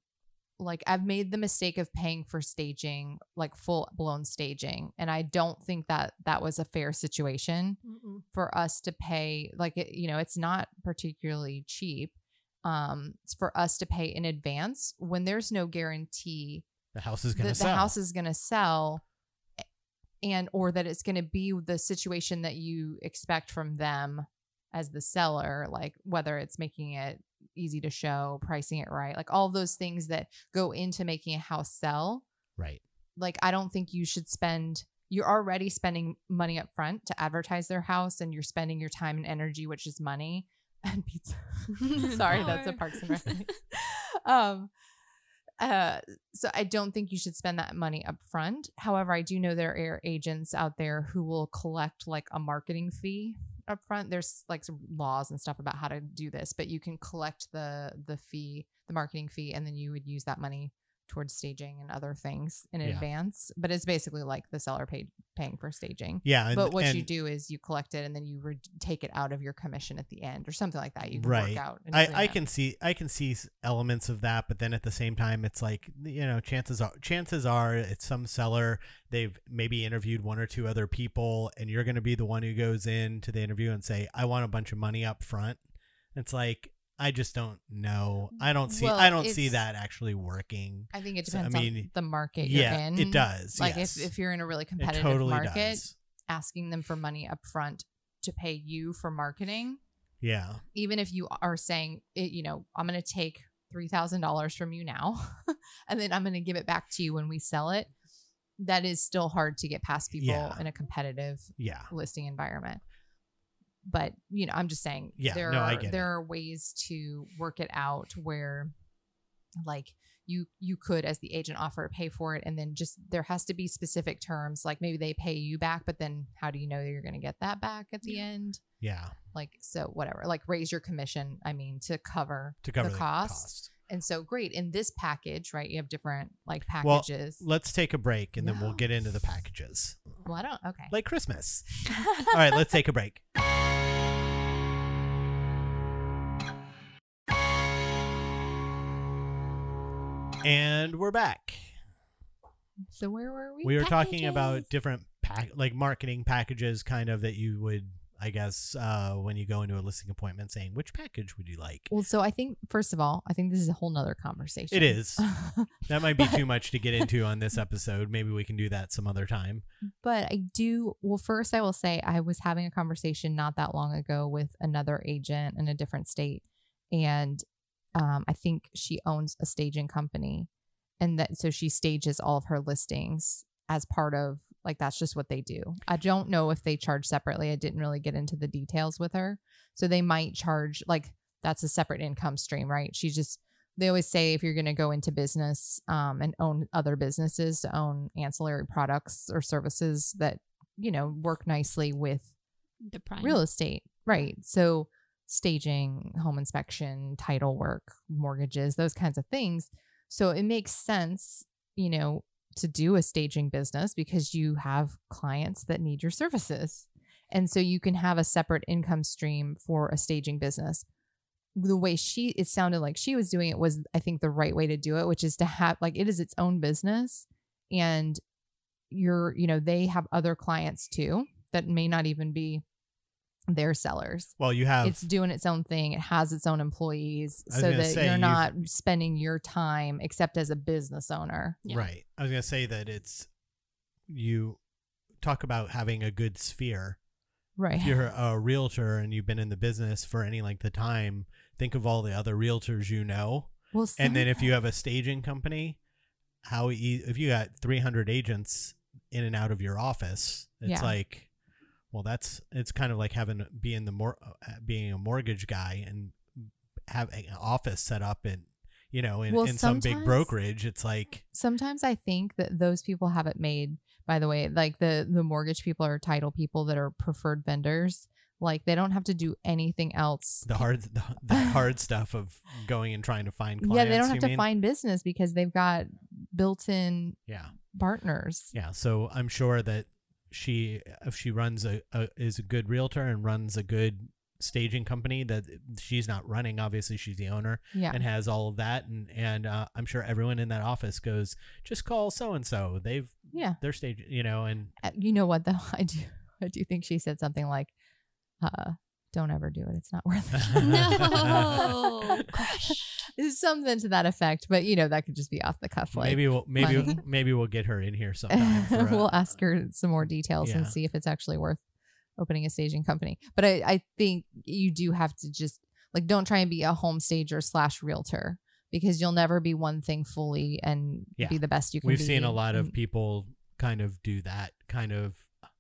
Speaker 2: like I've made the mistake of paying for staging, like full blown staging, and I don't think that that was a fair situation
Speaker 4: Mm-mm.
Speaker 2: for us to pay like it, you know, it's not particularly cheap um it's for us to pay in advance when there's no guarantee
Speaker 3: the house is going
Speaker 2: that
Speaker 3: to
Speaker 2: the
Speaker 3: sell.
Speaker 2: house is going to sell and or that it's going to be the situation that you expect from them as the seller like whether it's making it easy to show pricing it right like all those things that go into making a house sell
Speaker 3: right.
Speaker 2: like i don't think you should spend you're already spending money up front to advertise their house and you're spending your time and energy which is money and pizza sorry that's a
Speaker 4: Or-
Speaker 2: parks and rec thing. um uh so i don't think you should spend that money up front however i do know there are agents out there who will collect like a marketing fee up front there's like some laws and stuff about how to do this but you can collect the the fee the marketing fee and then you would use that money towards staging and other things in
Speaker 3: Yeah.
Speaker 2: advance but it's basically like the seller paid paying for staging
Speaker 3: Yeah, and,
Speaker 2: but what you
Speaker 3: and-
Speaker 2: do is you collect it and then you re- take it out of your commission at the end or something like that you can
Speaker 3: Right.
Speaker 2: work out an
Speaker 3: I, I
Speaker 2: agreement.
Speaker 3: can see I can see s- elements of that, but then at the same time, it's like you know, chances are chances are it's some seller they've maybe interviewed one or two other people, and you're going to be the one who goes in to the interview and say, "I want a bunch of money up front." It's like I just don't know. I don't see
Speaker 2: Well,
Speaker 3: I don't see
Speaker 2: it's-
Speaker 3: that actually working.
Speaker 2: I think it
Speaker 3: So, I
Speaker 2: depends on
Speaker 3: mean,
Speaker 2: the market
Speaker 3: yeah,
Speaker 2: you're in.
Speaker 3: it does.
Speaker 2: Like
Speaker 3: yes.
Speaker 2: if, if you're in a really
Speaker 3: it
Speaker 2: competitive
Speaker 3: totally
Speaker 2: market,
Speaker 3: does.
Speaker 2: asking them for money up front to pay you for marketing,
Speaker 3: Yeah,
Speaker 2: even if you are saying, it, you know, I'm going to take $3,000 from you now and then I'm going to give it back to you when we sell it, that is still hard to get past people
Speaker 3: Yeah.
Speaker 2: in a competitive
Speaker 3: yeah.
Speaker 2: listing environment. But you know, I'm just saying
Speaker 3: Yeah,
Speaker 2: there
Speaker 3: no,
Speaker 2: are
Speaker 3: I get
Speaker 2: there are ways to work it out where like you you could as the agent offer to pay for it and then just there has to be specific terms like maybe they pay you back but then how do you know you're going to get that back at the end
Speaker 3: Yeah,
Speaker 2: like so whatever like raise your commission i mean to cover
Speaker 3: to cover
Speaker 2: the cost, and so great in this package right you have different like
Speaker 3: Well,
Speaker 2: packages
Speaker 3: Let's take a break and then we'll
Speaker 2: No.
Speaker 3: get into the packages.
Speaker 2: Well, I don't. Okay.
Speaker 3: like Christmas. All right, let's take a break. And we're back.
Speaker 2: so where were we?
Speaker 3: We were talking
Speaker 4: Packages.
Speaker 3: about different pack like marketing packages kind of that you would I guess uh when you go into a listing appointment saying which package would you like?
Speaker 2: Well, so I think first of all, I think this is a whole nother conversation.
Speaker 3: It is. That might be too much to get into on this episode. Maybe we can do that some other time.
Speaker 2: but I do. Well, first, I will say I was having a conversation not that long ago with another agent in a different state, and um, I think she owns a staging company, and that so she stages all of her listings as part of like that's just what they do. I don't know if they charge separately. I didn't really get into the details with her, so they might charge like that's a separate income stream, right? She just they always say if you're going to go into business um, and own other businesses to own ancillary products or services that you know work nicely with
Speaker 4: the prime.
Speaker 2: real estate right so staging home inspection title work mortgages those kinds of things so it makes sense you know to do a staging business because you have clients that need your services and so you can have a separate income stream for a staging business the way she it sounded like she was doing it was i think the right way to do it which is to have like it is its own business and you're you know they have other clients too that may not even be their sellers
Speaker 3: Well, you have
Speaker 2: it's doing its own thing. It has its own employees,
Speaker 3: I was
Speaker 2: so
Speaker 3: gonna
Speaker 2: that
Speaker 3: say,
Speaker 2: you're
Speaker 3: you've-
Speaker 2: not spending your time except as a business owner.
Speaker 4: Yeah.
Speaker 3: Right. I was going to say that it's you talk about having a good sphere.
Speaker 2: Right.
Speaker 3: If you're a realtor and you've been in the business for any length of time, think of all the other realtors you know.
Speaker 2: well,
Speaker 3: And then if you have a staging company, how e- if you got 300 agents in and out of your office, it's
Speaker 2: Yeah.
Speaker 3: like well that's it's kind of like having being the more being a mortgage guy and having an office set up and you know in,
Speaker 2: Well,
Speaker 3: in some big
Speaker 2: sometimes-
Speaker 3: brokerage it's like
Speaker 2: sometimes I think that those people have it made. By the way, like the the mortgage people or title people that are preferred vendors, like they don't have to do anything else.
Speaker 3: the hard the, the hard stuff of going and trying to find clients.
Speaker 2: yeah, they don't have
Speaker 3: you
Speaker 2: to
Speaker 3: mean?
Speaker 2: find business because they've got built-in
Speaker 3: Yeah,
Speaker 2: partners.
Speaker 3: yeah. So I'm sure that she, if she runs a, a is a good realtor and runs a good staging company that she's not running. Obviously, she's the owner
Speaker 2: Yeah.
Speaker 3: and has all of that. And and uh, I'm sure everyone in that office goes, just call so and so. They've
Speaker 2: yeah.
Speaker 3: they're stage, you know, and
Speaker 2: Uh, you know what though i do i do think she said something like uh don't ever do it it's not worth it
Speaker 4: No. Crush.
Speaker 2: something to that effect but you know that could just be off the cuff like
Speaker 3: maybe we'll maybe
Speaker 2: money.
Speaker 3: maybe we'll get her in here sometime. for a-
Speaker 2: we'll ask her some more details and
Speaker 3: Yeah.
Speaker 2: see if it's actually worth opening a staging company but I, I think you do have to just like don't try and be a home stager slash realtor because you'll never be one thing fully and
Speaker 3: Yeah.
Speaker 2: be the best you can
Speaker 3: We've
Speaker 2: be.
Speaker 3: seen a lot
Speaker 2: Mm,
Speaker 3: of people kind of do that kind of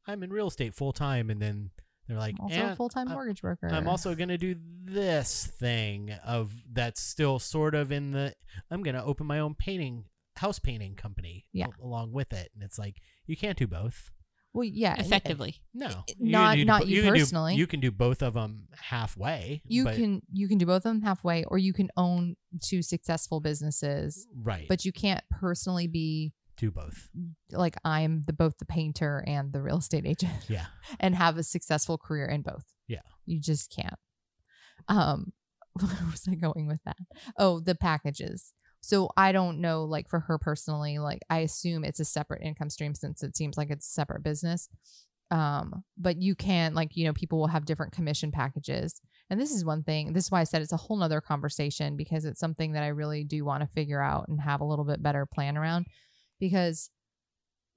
Speaker 3: I'm in real estate full time and then they're like
Speaker 2: also
Speaker 3: "Eh,
Speaker 2: a full-time
Speaker 3: I-
Speaker 2: mortgage broker
Speaker 3: I'm also going to do this thing of that's still sort of in the I'm going to open my own painting house painting company
Speaker 2: Yeah.
Speaker 3: al- along with it and it's like you can't do both.
Speaker 2: well yeah and-
Speaker 4: Effectively.
Speaker 3: No.
Speaker 2: It-
Speaker 3: You can
Speaker 2: Eh, not-
Speaker 3: do
Speaker 2: not
Speaker 3: bo-
Speaker 2: you
Speaker 3: can do-
Speaker 2: personally.
Speaker 3: you can do both of them halfway.
Speaker 2: you
Speaker 3: but-
Speaker 2: can you can do both of them halfway or you can own two successful businesses
Speaker 3: right.
Speaker 2: but you can't personally be
Speaker 3: do both.
Speaker 2: like i'm the both the painter and the real estate agent
Speaker 3: Yeah.
Speaker 2: and have a successful career in both
Speaker 3: Yeah.
Speaker 2: you just can't um where was i going with that oh the packages so i don't know like for her personally like i assume it's a separate income stream since it seems like it's a separate business um but you can like you know people will have different commission packages and this is one thing this is why i said it's a whole nother conversation because it's something that i really do want to figure out and have a little bit better plan around because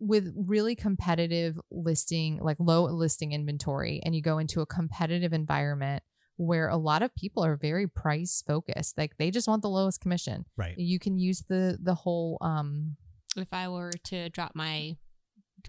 Speaker 2: with really competitive listing like low listing inventory and you go into a competitive environment where a lot of people are very price focused like they just want the lowest commission
Speaker 3: Right.
Speaker 2: you can use the the whole um
Speaker 4: If I were to drop my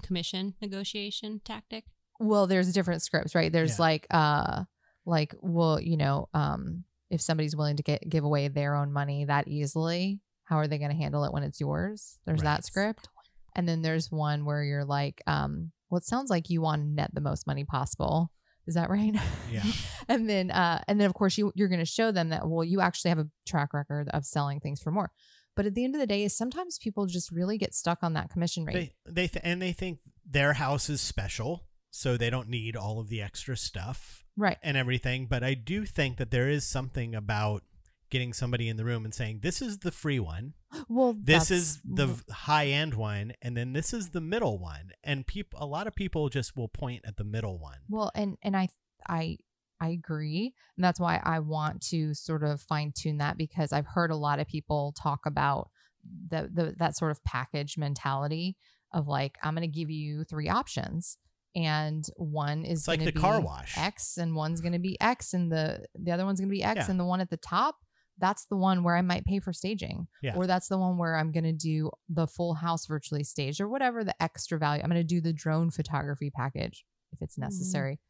Speaker 4: commission negotiation tactic,
Speaker 2: well there's different scripts right there's
Speaker 3: Yeah.
Speaker 2: like uh like well you know um if somebody's willing to get give away their own money that easily how are they going to handle it when it's yours there's
Speaker 3: Right.
Speaker 2: that script and then there's one where you're like um well it sounds like you want to net the most money possible is that right
Speaker 3: Yeah.
Speaker 2: and then uh and then of course you you're going to show them that well you actually have a track record of selling things for more but at the end of the day is sometimes people just really get stuck on that commission rate
Speaker 3: They they th- and they think their house is special, so they don't need all of the extra stuff
Speaker 2: Right.
Speaker 3: and everything. But I do think that there is something about getting somebody in the room and saying, "This is the free one."
Speaker 2: Well,
Speaker 3: this
Speaker 2: that's-
Speaker 3: is the v- high end one and then this is the middle one and peop- a lot of people just will point at the middle one
Speaker 2: Well, and and I I I agree, and that's why I want to sort of fine tune that because I've heard a lot of people talk about the, the that sort of package mentality of like I'm going to give you three options, and one is
Speaker 3: it's like
Speaker 2: gonna
Speaker 3: the car
Speaker 2: be
Speaker 3: wash
Speaker 2: X, and one's going to be X, and the the other one's going to be X,
Speaker 3: Yeah.
Speaker 2: and the one at the top. That's the one where I might pay for staging,
Speaker 3: Yeah.
Speaker 2: or that's the one where I'm going to do the full house virtually staged, or whatever the extra value. I'm going to do the drone photography package if
Speaker 3: Mm-hmm.
Speaker 2: it's necessary.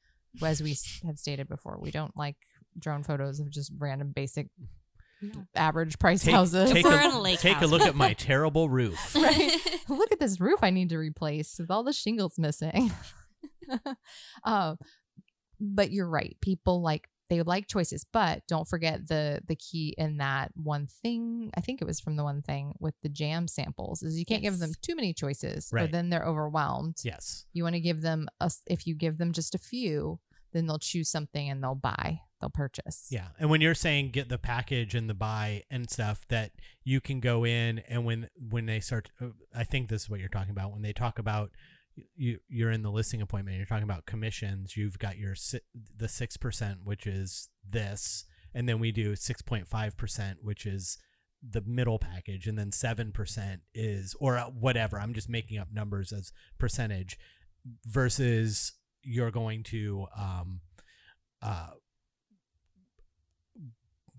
Speaker 2: As we s- have stated before, we don't like drone photos of just random basic
Speaker 4: No.
Speaker 2: average price
Speaker 3: Take-
Speaker 2: houses.
Speaker 3: take
Speaker 4: We're in a lake
Speaker 3: take a
Speaker 4: house.
Speaker 3: look at my terrible roof
Speaker 2: Right. look at this roof I need to replace with all the shingles missing. um, but you're right. People like they like choices, but don't forget the the key in that one thing. I think it was from the one thing with the jam samples is you can't give
Speaker 4: Yes.
Speaker 2: them too many choices, or
Speaker 3: Right.
Speaker 2: then they're overwhelmed.
Speaker 3: yes
Speaker 2: You want to give them a s- if you give them just a few, then they'll choose something and they'll buy, they'll purchase.
Speaker 3: yeah and when you're saying get the package and the buy and stuff that you can go in and when when they start uh, i think this is what you're talking about when they talk about you you're in the listing appointment you're talking about commissions you've got your si- the 6% which is this and then we do 6.5% which is the middle package and then 7% is or uh, whatever i'm just making up numbers as percentage versus you're going to um uh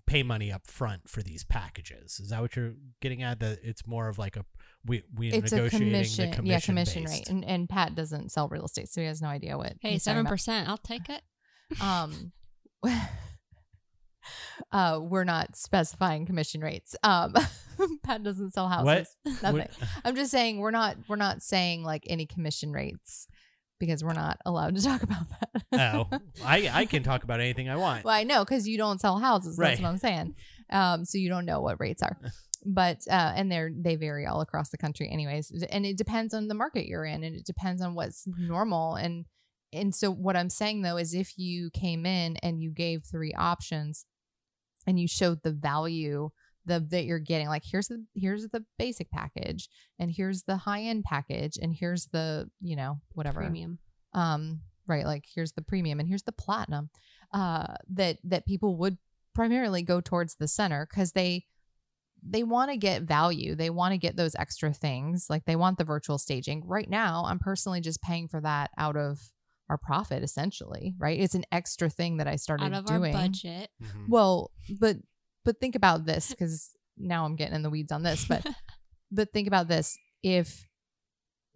Speaker 3: pay money up front for these packages is that what you're getting at that it's more of like a we we
Speaker 2: It's a
Speaker 3: negotiating
Speaker 2: commission,
Speaker 3: the commission
Speaker 2: yeah, commission
Speaker 3: based.
Speaker 2: rate, and, and Pat doesn't sell real estate, so he has no idea what.
Speaker 4: Hey,
Speaker 2: he's talking
Speaker 4: seven
Speaker 2: about.
Speaker 4: percent. I'll take it.
Speaker 2: um uh we're not specifying commission rates um pat doesn't sell
Speaker 3: What?
Speaker 2: houses nothing
Speaker 3: What-
Speaker 2: i'm just saying we're not we're not saying like any commission rates because we're not allowed to talk about that
Speaker 3: oh i i can talk about anything i want
Speaker 2: well i know because you don't sell houses that's
Speaker 3: Right.
Speaker 2: what i'm saying um so you don't know what rates are but uh and they're they vary all across the country anyways and it depends on the market you're in and it depends on what's normal and and so what i'm saying though is if you came in and you gave three options and you showed the value the, that you're getting like here's the here's the basic package and here's the high end package and here's the you know whatever
Speaker 4: Premium.
Speaker 2: um right like here's the premium and here's the platinum uh that that people would primarily go towards the center cuz they they want to get value they want to get those extra things like they want the virtual staging right now i'm personally just paying for that out of our profit essentially right it's an extra thing that i started
Speaker 4: Out of
Speaker 2: doing
Speaker 4: our budget.
Speaker 3: Mhm.
Speaker 2: well but but think about this cuz now i'm getting in the weeds on this but but think about this if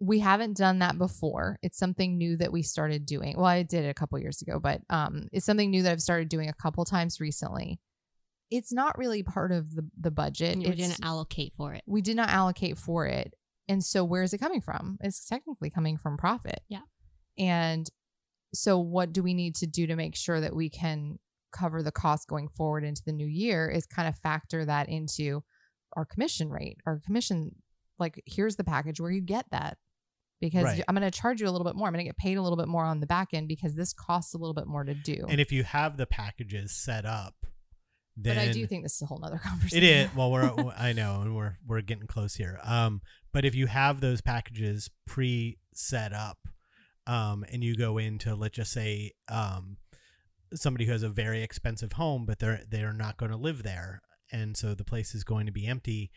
Speaker 2: we haven't done that before it's something new that we started doing well i did it a couple years ago but um it's something new that i've started doing a couple times recently it's not really part of the the budget
Speaker 4: and we're
Speaker 2: It's-
Speaker 4: gonna allocate for it.
Speaker 2: we did not allocate for it and so where is it coming from it's technically coming from profit
Speaker 4: Yeah.
Speaker 2: and so what do we need to do to make sure that we can cover the cost going forward into the new year is kind of factor that into our commission rate our commission like here's the package where you get that because
Speaker 3: Right.
Speaker 2: i'm going to charge you a little bit more i'm going to get paid a little bit more on the back end because this costs a little bit more to do
Speaker 3: and if you have the packages set up then
Speaker 2: but i do think this is a whole nother conversation
Speaker 3: it is well we're i know and we're we're getting close here um but if you have those packages pre set up um and you go into let's just say um somebody who has a very expensive home but they're they're not going to live there and so the place is going to be empty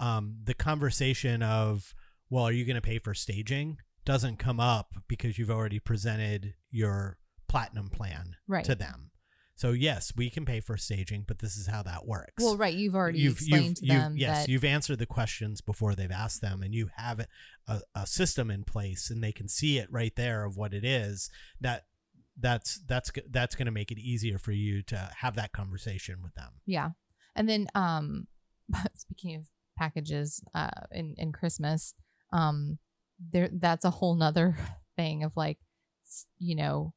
Speaker 3: um the conversation of well are you going to pay for staging doesn't come up because you've already presented your platinum plan
Speaker 2: right
Speaker 3: to them. So yes, we can pay for staging, but this is how that works.
Speaker 2: well right you've already explained to them
Speaker 3: yes,
Speaker 2: that
Speaker 3: you've answered the questions before they've asked them, and you have a, a system in place, and they can see it right there of what it is. That that's that's g- that's going to make it easier for you to have that conversation with them.
Speaker 2: Yeah. And then um speaking of packages uh in, in Christmas, um there that's a whole nother thing of like s- you know,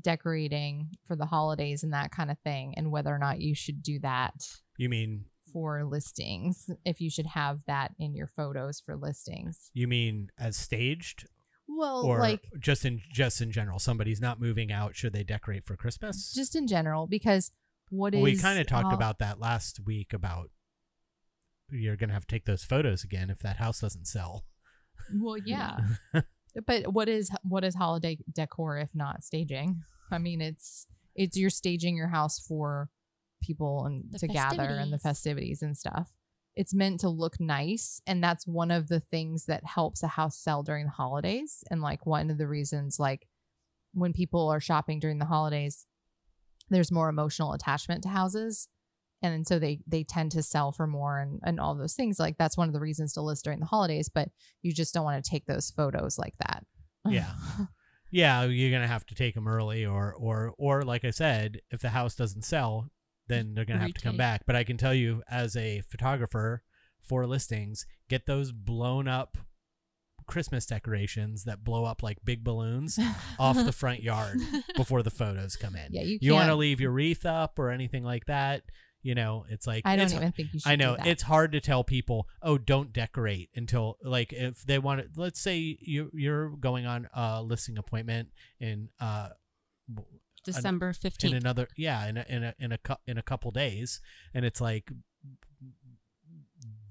Speaker 2: decorating for the holidays and that kind of thing and whether or not you should do that
Speaker 3: You mean
Speaker 2: for listings, if you should have that in your photos for listings.
Speaker 3: you mean as staged
Speaker 2: Well,
Speaker 3: or
Speaker 2: like
Speaker 3: just in just in general, somebody's not moving out. Should they decorate for Christmas?
Speaker 2: just in general, because what is
Speaker 3: we kind of talked
Speaker 2: how-
Speaker 3: about that last week about you're gonna have to take those photos again if that house doesn't sell.
Speaker 2: Well, yeah, but what is what is holiday decor if not staging? I mean, it's it's you're staging your house for people and
Speaker 4: The
Speaker 2: to gather and the festivities and stuff. It's meant to look nice, and that's one of the things that helps a house sell during the holidays. And like one of the reasons, like when people are shopping during the holidays, there's more emotional attachment to houses and so they they tend to sell for more and and all those things like that's one of the reasons to list during the holidays but you just don't want to take those photos like that
Speaker 3: Yeah. yeah, you're gonna have to take them early, or or or like I said, if the house doesn't sell, then they're gonna have to come
Speaker 4: Retake.
Speaker 3: back. But I can tell you, as a photographer for listings, get those blown up Christmas decorations that blow up like big balloons off the front yard before the photos come in.
Speaker 2: yeah you,
Speaker 3: you
Speaker 2: want
Speaker 3: want to leave your wreath up or anything like that. You know, it's like
Speaker 2: i don't
Speaker 3: it's-
Speaker 2: even think you should
Speaker 3: I know
Speaker 2: do that.
Speaker 3: it's hard to tell people, oh, don't decorate until like if they want to. Let's say you you're going on a listing appointment in uh w-
Speaker 4: December
Speaker 3: in
Speaker 4: fifteenth.
Speaker 3: another yeah in a, in a in a cou- in a couple days, and it's like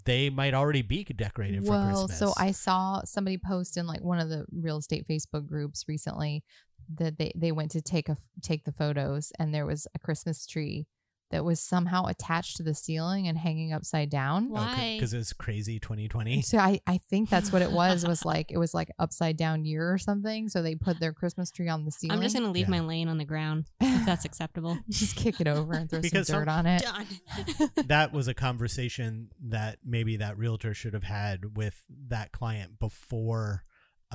Speaker 3: they might already be decorated for
Speaker 2: well
Speaker 3: Christmas.
Speaker 2: so i saw somebody post in like one of the real estate facebook groups recently that they they went to take a take the photos and there was a christmas tree that was somehow attached to the ceiling and hanging upside down
Speaker 4: Why?
Speaker 3: because Oh, it's crazy 2020.
Speaker 2: So I, I think that's what it was was like it was like upside down year or something. So they put their Christmas tree on the ceiling.
Speaker 4: I'm just gonna leave my
Speaker 3: Yeah.
Speaker 4: lane on the ground. If that's acceptable.
Speaker 2: just kick it over and throw
Speaker 3: Because
Speaker 2: some
Speaker 3: some-
Speaker 2: dirt on it.
Speaker 4: Done.
Speaker 3: that was a conversation that maybe that realtor should have had with that client before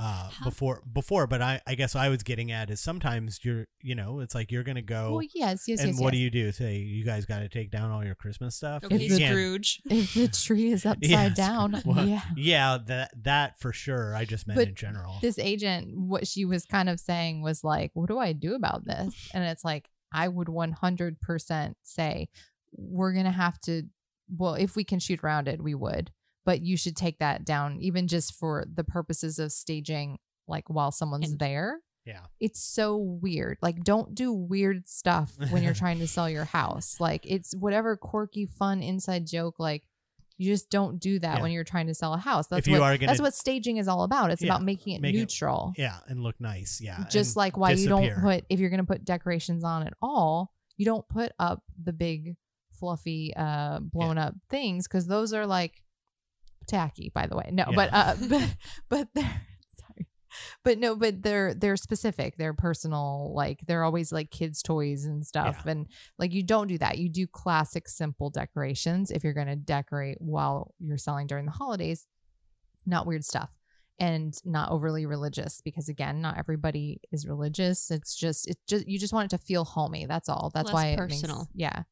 Speaker 3: uh
Speaker 4: How-
Speaker 3: before before but i i guess i was getting at is sometimes you're you know it's like you're gonna go
Speaker 2: Well, yes, yes,
Speaker 3: and
Speaker 2: yes.
Speaker 3: what
Speaker 2: yes.
Speaker 3: do you do say you guys got to take down all your christmas stuff
Speaker 4: okay,
Speaker 3: You can't-
Speaker 4: Scrooge.
Speaker 2: if the tree is upside
Speaker 3: Yes.
Speaker 2: down,
Speaker 3: Well,
Speaker 2: yeah.
Speaker 3: yeah that that for sure i just meant
Speaker 2: But
Speaker 3: in general
Speaker 2: This agent, what she was kind of saying was like, "What do I do about this?" And it's like, I would 100% say, "We're gonna have to." Well, if we can shoot around it, we would. But you should take that down, even just for the purposes of staging, like while someone's
Speaker 4: And-
Speaker 2: there.
Speaker 3: yeah
Speaker 2: it's so weird. Like, don't do weird stuff when you're trying to sell your house. Like, it's whatever quirky, fun inside joke. Like, you just don't do that
Speaker 3: Yeah.
Speaker 2: when you're trying to sell a house. That's
Speaker 3: If you
Speaker 2: what,
Speaker 3: are gonna-
Speaker 2: that's what staging is all about. It's
Speaker 3: Yeah,
Speaker 2: about making it
Speaker 3: make it-
Speaker 2: neutral.
Speaker 3: yeah and look nice yeah
Speaker 2: just
Speaker 3: and
Speaker 2: like why you
Speaker 3: disappear.
Speaker 2: don't put if you're gonna put decorations on at all, you don't put up the big, fluffy, uh, blown up things because those are like tacky. By the way, no, but uh, but but they're sorry, but no, but they're they're specific. They're personal. Like they're always like kids' toys and stuff, and like you don't do that. You do classic, simple decorations if you're gonna decorate while you're selling during the holidays, not weird stuff. And not overly religious because again, not everybody is religious. It's just it just you just want it to feel homey. That's all. That's
Speaker 4: Less
Speaker 2: why it
Speaker 4: personal.
Speaker 2: Makes, yeah.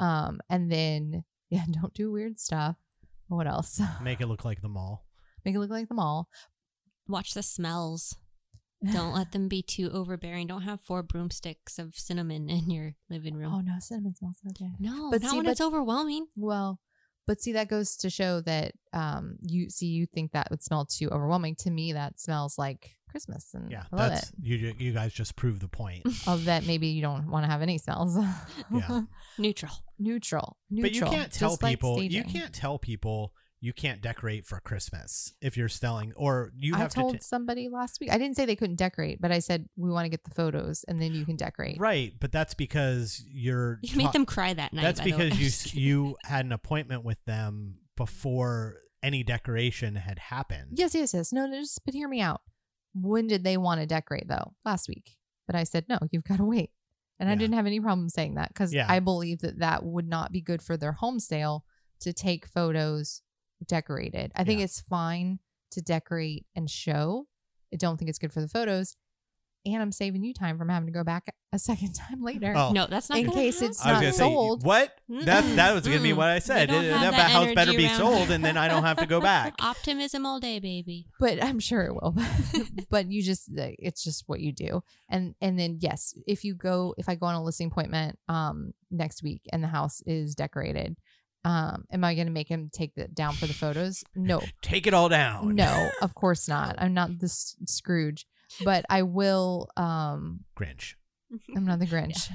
Speaker 2: Um, and then yeah, don't do weird stuff. What else?
Speaker 3: make it look like the mall
Speaker 2: Make it look like the mall.
Speaker 4: Watch the smells. Don't let them be too overbearing. Don't have four broomsticks of cinnamon in your living room.
Speaker 2: Oh no, cinnamon smells so good.
Speaker 4: no,
Speaker 2: but
Speaker 4: not
Speaker 2: see,
Speaker 4: when
Speaker 2: but-
Speaker 4: it's overwhelming.
Speaker 2: Well, but see, that goes to show that um, you see, you think that would smell too overwhelming. To me, that smells like Christmas, and
Speaker 3: yeah
Speaker 2: I Mm, love
Speaker 3: that's
Speaker 2: it.
Speaker 3: you you you guys just proved the point
Speaker 2: Of that, maybe you don't want to have any smells.
Speaker 3: Yeah.
Speaker 4: Neutral.
Speaker 2: neutral, neutral.
Speaker 3: But you can't tell
Speaker 2: just like
Speaker 3: people you
Speaker 2: staging.
Speaker 3: can't tell people you can't decorate for Christmas if you're selling or you
Speaker 2: I
Speaker 3: have
Speaker 2: told
Speaker 3: to t-
Speaker 2: somebody last week. I didn't say they couldn't decorate, but I said we want to get the photos, and then you can decorate.
Speaker 3: right, but that's because you're
Speaker 4: You made
Speaker 3: ta-
Speaker 4: them cry that night.
Speaker 3: That's
Speaker 4: by the way.
Speaker 3: because you s- you had an appointment with them before any decoration had happened.
Speaker 2: Yes, yes, yes. No, no, just but hear me out. When did they want to decorate though? Last week. But I said no. You've got to wait, and I
Speaker 3: Yeah.
Speaker 2: didn't have any problem saying that because
Speaker 3: Yeah.
Speaker 2: I believe that that would not be good for their home sale to take photos decorated. I think
Speaker 3: Yeah.
Speaker 2: it's fine to decorate and show. I don't think it's good for the photos, and I'm saving you time from having to go back a second time later.
Speaker 3: Oh,
Speaker 4: no, that's not
Speaker 2: In
Speaker 4: gonna
Speaker 2: case
Speaker 4: happen.
Speaker 2: it's
Speaker 3: I was
Speaker 2: not
Speaker 3: gonna
Speaker 2: sold.
Speaker 3: say what
Speaker 4: Mm-mm.
Speaker 3: that that was gonna be
Speaker 4: Mm-mm.
Speaker 3: what I
Speaker 4: We
Speaker 3: said.
Speaker 4: don't
Speaker 3: Uh,
Speaker 4: have
Speaker 3: That,
Speaker 4: that
Speaker 3: house better
Speaker 4: energy
Speaker 3: be
Speaker 4: around
Speaker 3: sold,
Speaker 4: here.
Speaker 3: and then I don't have to go back.
Speaker 4: Optimism all day, baby.
Speaker 2: but I'm sure it will. but you just like, it's just what you do. And and then yes, if you go if I go on a listing appointment um next week and the house is decorated, um, am I going to make him take it down for the photos? No,
Speaker 3: Take it all
Speaker 4: Oh,
Speaker 3: down.
Speaker 2: no, of course not. I'm not this Scrooge, but I will. Um,
Speaker 3: Grinch.
Speaker 2: I'm not the Grinch.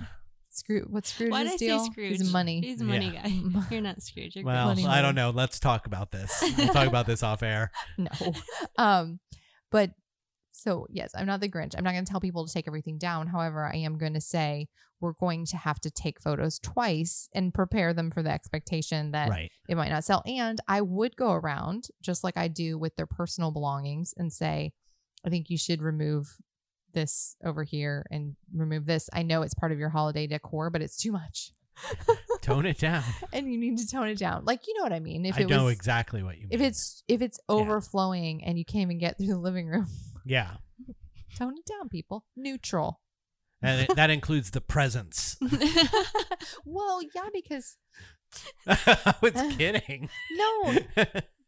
Speaker 2: Scrooge. What's Scrooge's
Speaker 4: Why did I
Speaker 2: deal?
Speaker 4: say Scrooge?
Speaker 2: Is money.
Speaker 4: He's a money
Speaker 3: Yeah.
Speaker 4: guy. You're not Scrooge. You're
Speaker 3: Well,
Speaker 2: Funny
Speaker 3: I
Speaker 2: man.
Speaker 3: don't know. Let's talk about this. We'll talk about this off air.
Speaker 2: no. Um, but so yes, I'm not the Grinch. I'm not going to tell people to take everything down. However, I am going to say we're going to have to take photos twice and prepare them for the expectation that
Speaker 3: Right.
Speaker 2: it might not sell. And I would go around just like I do with their personal belongings and say, I think you should remove this over here and remove this. I know it's part of your holiday decor, but it's too much.
Speaker 3: Tone it down.
Speaker 2: And you need to tone it down. Like you know what I mean. If
Speaker 3: I
Speaker 2: it
Speaker 3: know
Speaker 2: was
Speaker 3: exactly what you mean.
Speaker 2: if it's if it's overflowing and you can't even get through the living room,
Speaker 3: yeah,
Speaker 2: tone it down, people. Neutral.
Speaker 3: and it, that includes the presents.
Speaker 2: Well, yeah, because
Speaker 3: I was kidding.
Speaker 2: no,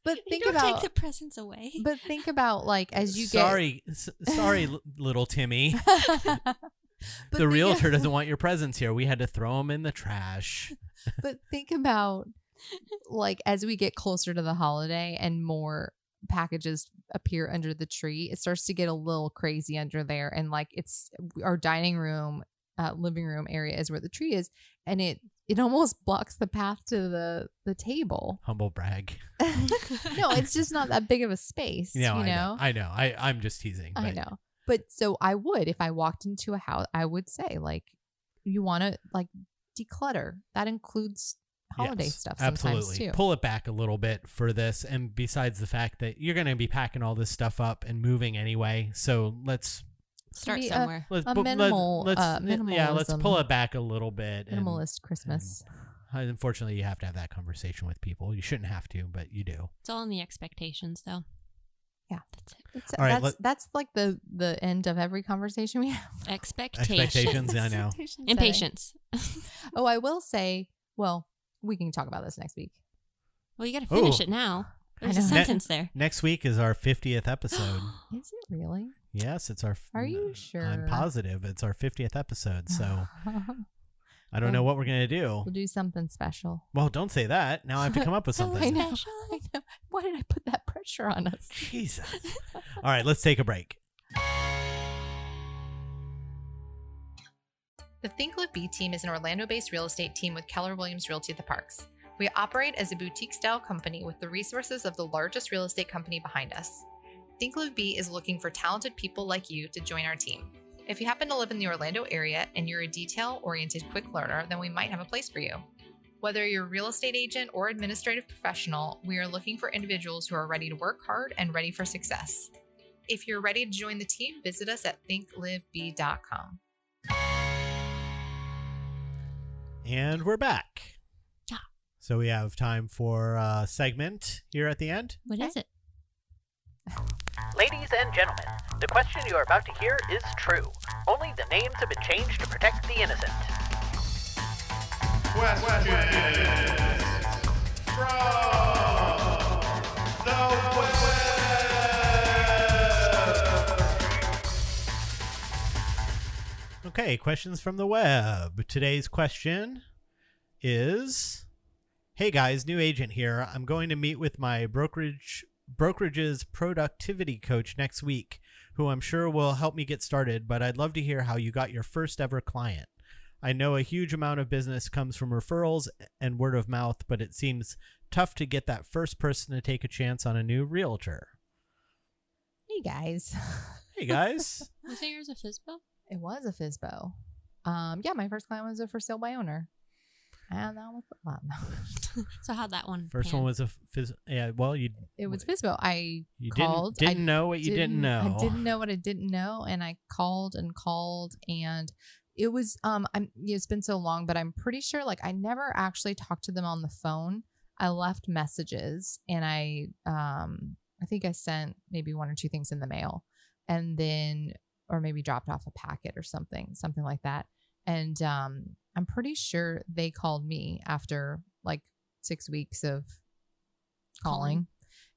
Speaker 2: but
Speaker 4: You
Speaker 2: think
Speaker 4: don't
Speaker 2: about
Speaker 4: take the presents away.
Speaker 2: but think about like as you
Speaker 3: sorry, s- sorry, l- little Timmy.
Speaker 2: get But
Speaker 3: the
Speaker 2: think-
Speaker 3: realtor doesn't want your presents here. We had to throw them in the trash.
Speaker 2: But think about like as we get closer to the holiday and more packages appear under the tree, it starts to get a little crazy under there. And like it's our dining room, uh, living room area is where the tree is, and it it almost blocks the path to the the table.
Speaker 3: Humble brag.
Speaker 2: No, it's just not that big of a space.
Speaker 3: No,
Speaker 2: you
Speaker 3: I know.
Speaker 2: know,
Speaker 3: I know. I, I'm just teasing.
Speaker 2: I
Speaker 3: but-
Speaker 2: know. But so I would, if I walked into a house, I would say like, you want to like declutter. That includes holiday
Speaker 3: Yes,
Speaker 2: stuff sometimes
Speaker 3: absolutely.
Speaker 2: too.
Speaker 3: Pull it back a little bit for this. And besides the fact that you're going to be packing all this stuff up and moving anyway, so let's
Speaker 4: Start
Speaker 2: Be uh, a-
Speaker 4: somewhere.
Speaker 3: let's
Speaker 2: A
Speaker 3: but let-
Speaker 2: minimal,
Speaker 3: let's,
Speaker 2: uh,
Speaker 3: yeah, let's pull
Speaker 2: minimalism.
Speaker 3: it back a little bit. and-
Speaker 2: Minimalist
Speaker 3: Mm.
Speaker 2: Christmas.
Speaker 3: and Mm-hmm. Uh, unfortunately, you have to have that conversation with people. You shouldn't have to, but you do.
Speaker 4: It's all in the expectations, though.
Speaker 2: Yeah.
Speaker 4: That's it.
Speaker 2: It's-
Speaker 3: all right,
Speaker 2: that's
Speaker 3: let-
Speaker 2: that's like the the end of every conversation we have.
Speaker 4: Expectations.
Speaker 3: Expectations, I know.
Speaker 2: Expectation setting.
Speaker 4: Impatience.
Speaker 2: Oh, I will say. Well, we can talk about this next week.
Speaker 4: well, you got to finish
Speaker 3: Ooh.
Speaker 4: it now.
Speaker 2: I
Speaker 4: There's a
Speaker 2: know.
Speaker 3: Ne-
Speaker 4: sentence there.
Speaker 3: Next week is our 50th episode.
Speaker 2: Is it really?
Speaker 3: yes, it's our. f-
Speaker 2: Are you
Speaker 3: I'm
Speaker 2: sure?
Speaker 3: positive it's our 50th episode. So I don't know what we're gonna do.
Speaker 2: we'll do something special.
Speaker 3: Well, don't say that. Now I have to come up with
Speaker 4: So
Speaker 3: something.
Speaker 2: I know.
Speaker 4: special.
Speaker 2: I know. Why did I put that pressure on us?
Speaker 3: Jesus. All right, let's take a break.
Speaker 2: The Think Live B team is an Orlando based real estate team with Keller Williams Realty at the Parks. We operate as a boutique style company with the resources of the largest real estate company behind us. Think Live B is looking for talented people like you to join our team. If you happen to live in the Orlando area and you're a detail oriented quick learner, then we might have a place for you. Whether you're a real estate agent or administrative professional, we are looking for individuals who are ready to work hard and ready for success. If you're ready to join the team, visit us at thinkliveb.com.
Speaker 3: And we're back.
Speaker 4: Yeah.
Speaker 3: So we have time for a segment here at the end.
Speaker 4: What is it?
Speaker 5: Ladies and gentlemen, the question you are about to hear is true. Only the names have been changed to protect the innocent.
Speaker 3: Okay, questions from the web. Today's question is Hey guys, new agent here. I'm going to meet with my brokerage brokerage's productivity coach next week, who I'm sure will help me get started, but I'd love to hear how you got your first ever client. I know a huge amount of business comes from referrals and word of mouth, but it seems tough to get that first person to take a chance on a new realtor.
Speaker 2: Hey guys.
Speaker 3: Hey guys.
Speaker 4: Was it yours a FISBO?
Speaker 2: It was a Fizbo. Um, yeah, my first client was a for sale by owner. And that was a lot.
Speaker 4: So how'd that one?
Speaker 3: First one
Speaker 4: pan?
Speaker 3: was a phys- yeah, well, you
Speaker 2: It was Fizbo. I
Speaker 3: You
Speaker 2: called.
Speaker 3: didn't,
Speaker 2: I
Speaker 3: didn't know what you didn't, know.
Speaker 2: I didn't know what I didn't know, and I called and called, and it was um. I'm. It's been so long, but I'm pretty sure. Like I never actually talked to them on the phone. I left messages, and I um. I think I sent maybe one or two things in the mail, and then or maybe dropped off a packet or something, something like that. And um, I'm pretty sure they called me after like six weeks of calling.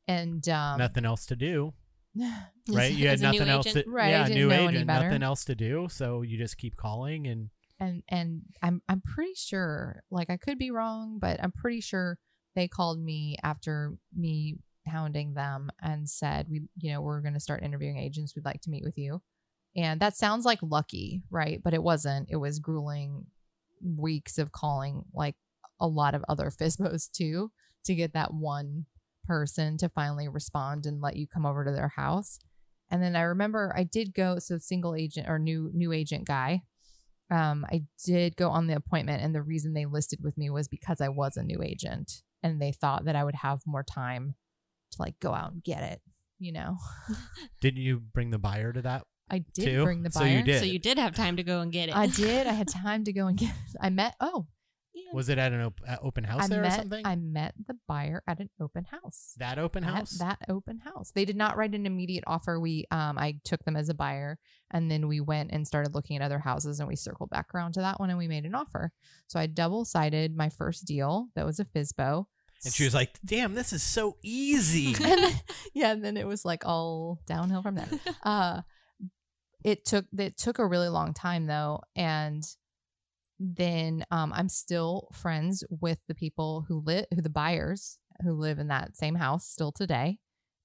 Speaker 4: Calling.
Speaker 2: And um,
Speaker 3: nothing else to do,
Speaker 4: Is
Speaker 3: right?
Speaker 4: it-
Speaker 3: You had
Speaker 4: is a new
Speaker 3: nothing else.
Speaker 4: agent?
Speaker 3: To,
Speaker 2: Right, I
Speaker 3: Yeah,
Speaker 2: didn't
Speaker 3: new
Speaker 2: know any
Speaker 3: agent.
Speaker 2: better.
Speaker 3: Nothing else to do, so you just keep calling and
Speaker 2: and and I'm I'm pretty sure like I could be wrong, but I'm pretty sure they called me after me hounding them and said, "We, you know, we're going to start interviewing agents. We'd like to meet with you." And that sounds like lucky, right? But it wasn't. It was grueling weeks of calling like a lot of other FISBOs too to get that one person to finally respond and let you come over to their house. And then I remember I did go so single agent or new new agent guy. Um, I did go on the appointment, and the reason they listed with me was because I was a new agent, and they thought that I would have more time to like go out and get it. You know,
Speaker 3: Didn't you bring the buyer to that?
Speaker 2: I did
Speaker 3: Two?
Speaker 2: bring the
Speaker 3: So
Speaker 2: buyer.
Speaker 3: you did.
Speaker 4: So you did have time to go and get it.
Speaker 2: I did. I had time to go and get. I met. Oh, and
Speaker 3: Was it at an op- uh, open house
Speaker 2: I
Speaker 3: there
Speaker 2: met.
Speaker 3: or something?
Speaker 2: I met the buyer at an open house.
Speaker 3: that open
Speaker 2: At
Speaker 3: house?
Speaker 2: that open house. They did not write an immediate offer. We um I took them as a buyer and then we went and started looking at other houses and we circled back around to that one and we made an offer. So I double sided my first deal that was a FISBO.
Speaker 3: and she was like, "Damn, this is so easy."
Speaker 2: and then, yeah, and then it was like all downhill from there. Uh, it took it took a really long time though, and then um, I'm still friends with the people who live who the buyers who live in that same house still today.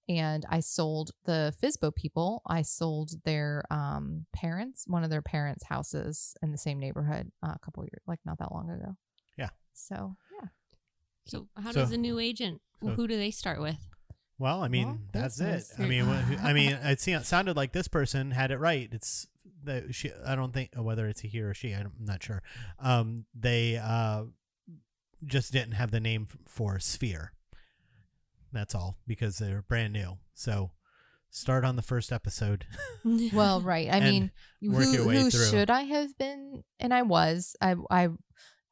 Speaker 2: And I sold the Fisbo people. I sold their um, parents, one of their parents' houses in the same neighborhood uh, a couple years, like not that long ago.
Speaker 3: Yeah.
Speaker 2: So yeah,
Speaker 4: so how
Speaker 3: So-
Speaker 4: does a new agent?
Speaker 3: so-
Speaker 4: who do they start with?
Speaker 3: well, I mean,
Speaker 2: Well,
Speaker 3: that's it.
Speaker 2: business.
Speaker 3: I mean, what, I mean, it se- sounded like this person had it right. It's the she. I don't think oh, whether it's a he or she. I'm not sure. Um, they uh, just didn't have the name f- for Sphere. That's all because they're brand new. So start on the first episode.
Speaker 2: well, right. I
Speaker 3: And
Speaker 2: mean,
Speaker 3: work
Speaker 2: who,
Speaker 3: your way
Speaker 2: who
Speaker 3: through.
Speaker 2: should I have been? And I was. I I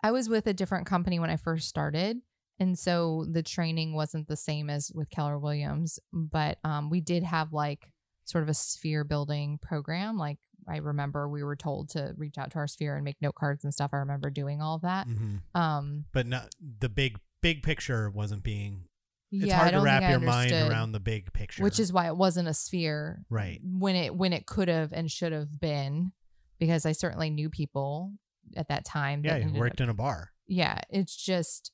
Speaker 2: I was with a different company when I first started, and so the training wasn't the same as with Keller Williams. But um, we did have like sort of a sphere building program. Like I remember we were told to reach out to our sphere and make note cards and stuff. I remember doing all that.
Speaker 3: Mhm.
Speaker 2: Um,
Speaker 3: But not the big big picture wasn't being. It's
Speaker 2: yeah, I
Speaker 3: hard to
Speaker 2: don't
Speaker 3: wrap
Speaker 2: think I
Speaker 3: your mind
Speaker 2: understood,
Speaker 3: around the big picture,
Speaker 2: which is why it wasn't a sphere,
Speaker 3: Right.
Speaker 2: When it when it could have and should have been, because I certainly knew people at that time.
Speaker 3: yeah,
Speaker 2: that
Speaker 3: you
Speaker 2: ended up
Speaker 3: worked in a bar.
Speaker 2: yeah it's just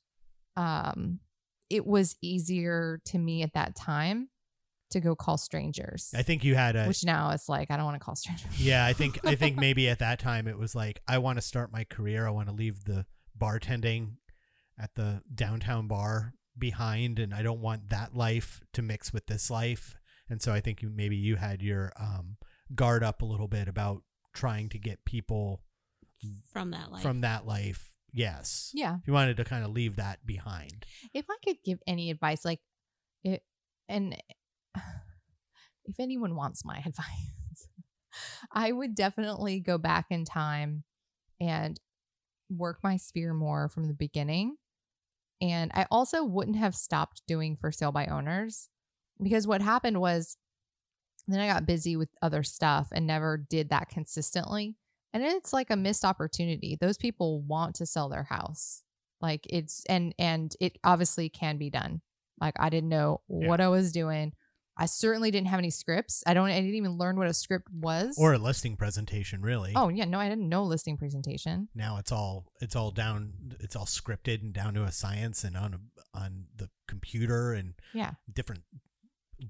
Speaker 2: um it was easier to me at that time to go call strangers
Speaker 3: I think you had a
Speaker 2: which now it's like i don't want to call strangers
Speaker 3: Yeah, I think I think maybe at that time it was like I want to start my career. I want to leave the bartending at the downtown bar behind, and I don't want that life to mix with this life. And so I think you, maybe you had your um, guard up a little bit about trying to get people
Speaker 4: from that life.
Speaker 3: from that life. Yes,
Speaker 2: yeah
Speaker 3: you wanted to kind of leave that behind.
Speaker 2: if i could give any advice like it and if anyone wants my advice i would definitely go back in time and work my sphere more from the beginning and i also wouldn't have stopped doing for sale by owners because what happened was then i got busy with other stuff and never did that consistently and it's like a missed opportunity those people want to sell their house like it's and and it obviously can be done like i didn't know what i was doing i certainly didn't have any scripts i don't i didn't even learn what a script was
Speaker 3: Or a listing presentation, really.
Speaker 2: oh yeah no i didn't know listing presentation
Speaker 3: now it's all it's all down it's all scripted and down to a science and on a, on the computer and
Speaker 2: Yeah.
Speaker 3: different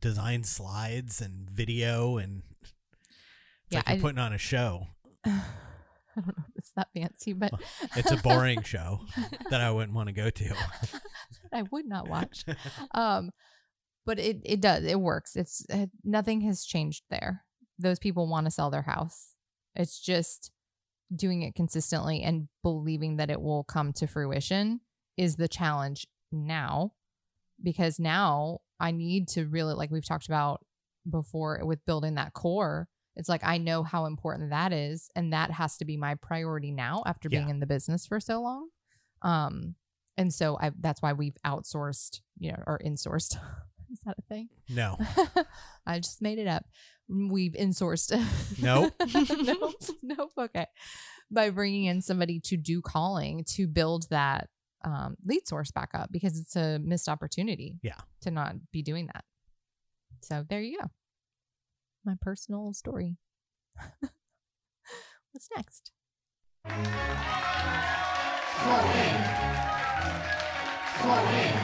Speaker 3: design slides and video and it's like you're
Speaker 2: I-
Speaker 3: putting on a show
Speaker 2: I don't know if it's that fancy, but
Speaker 3: it's a boring show that i wouldn't want to go to
Speaker 2: I would not watch. Um, but it it does it works. It's uh, nothing has changed there. Those people want to sell their house. It's just doing it consistently and believing that it will come to fruition is the challenge now, because now I need to really like we've talked about before with building that core. It's like I know how important that is, and that has to be my priority now after being
Speaker 3: Yeah.
Speaker 2: in the business for so long. Um, and so I that's why we've outsourced, you know, or insourced. Is that a thing?
Speaker 3: no
Speaker 2: I just made it up. We've insourced.
Speaker 3: Nope.
Speaker 2: nope. Nope. Okay. By bringing in somebody to do calling to build that um, lead source back up because it's a missed opportunity.
Speaker 3: Yeah.
Speaker 2: To not be doing that. So there you go. My personal story. What's next?
Speaker 6: Flowing. Flowing.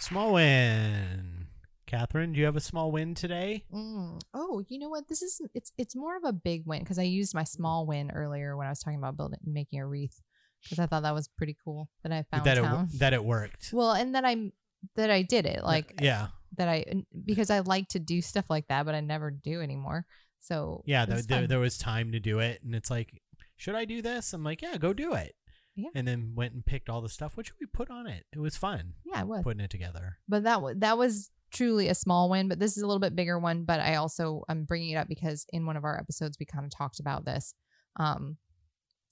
Speaker 3: Small win. Catherine, do you have a small win today?
Speaker 2: Mm. Oh, you know what? This is it's it's more of a big win because I used my small win earlier when I was talking about building making a wreath because I thought that was pretty cool that I found
Speaker 3: that it
Speaker 2: town.
Speaker 3: w- that it worked.
Speaker 2: well, and that I that I did it like
Speaker 3: yeah,
Speaker 2: that I and- because I like to do stuff like that, but I never do anymore. So
Speaker 3: yeah.
Speaker 2: it
Speaker 3: There,
Speaker 2: was
Speaker 3: there,
Speaker 2: fun.
Speaker 3: there was time to do it, and it's like, should I do this? I'm like, yeah, go do it.
Speaker 2: Yeah.
Speaker 3: And then went and picked all the stuff. What should we put on it? It was fun
Speaker 2: yeah, it was.
Speaker 3: putting it together.
Speaker 2: but that wa that was truly a small win but this is a little bit bigger one but i also i'm bringing it up because in one of our episodes we kind of talked about this um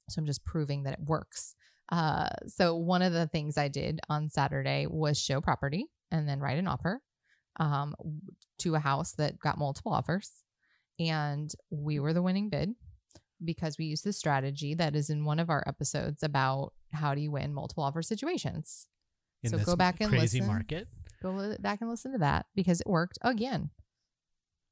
Speaker 2: so i'm just proving that it works uh so one of the things i did on saturday was show property and then write an offer um w- to a house that got multiple offers and we were the winning bid because we used the strategy that is in one of our episodes about how do you win multiple offer situations
Speaker 3: In
Speaker 2: So
Speaker 3: this
Speaker 2: go back and
Speaker 3: crazy
Speaker 2: listen.
Speaker 3: market.
Speaker 2: go li- back and listen to that because it worked again.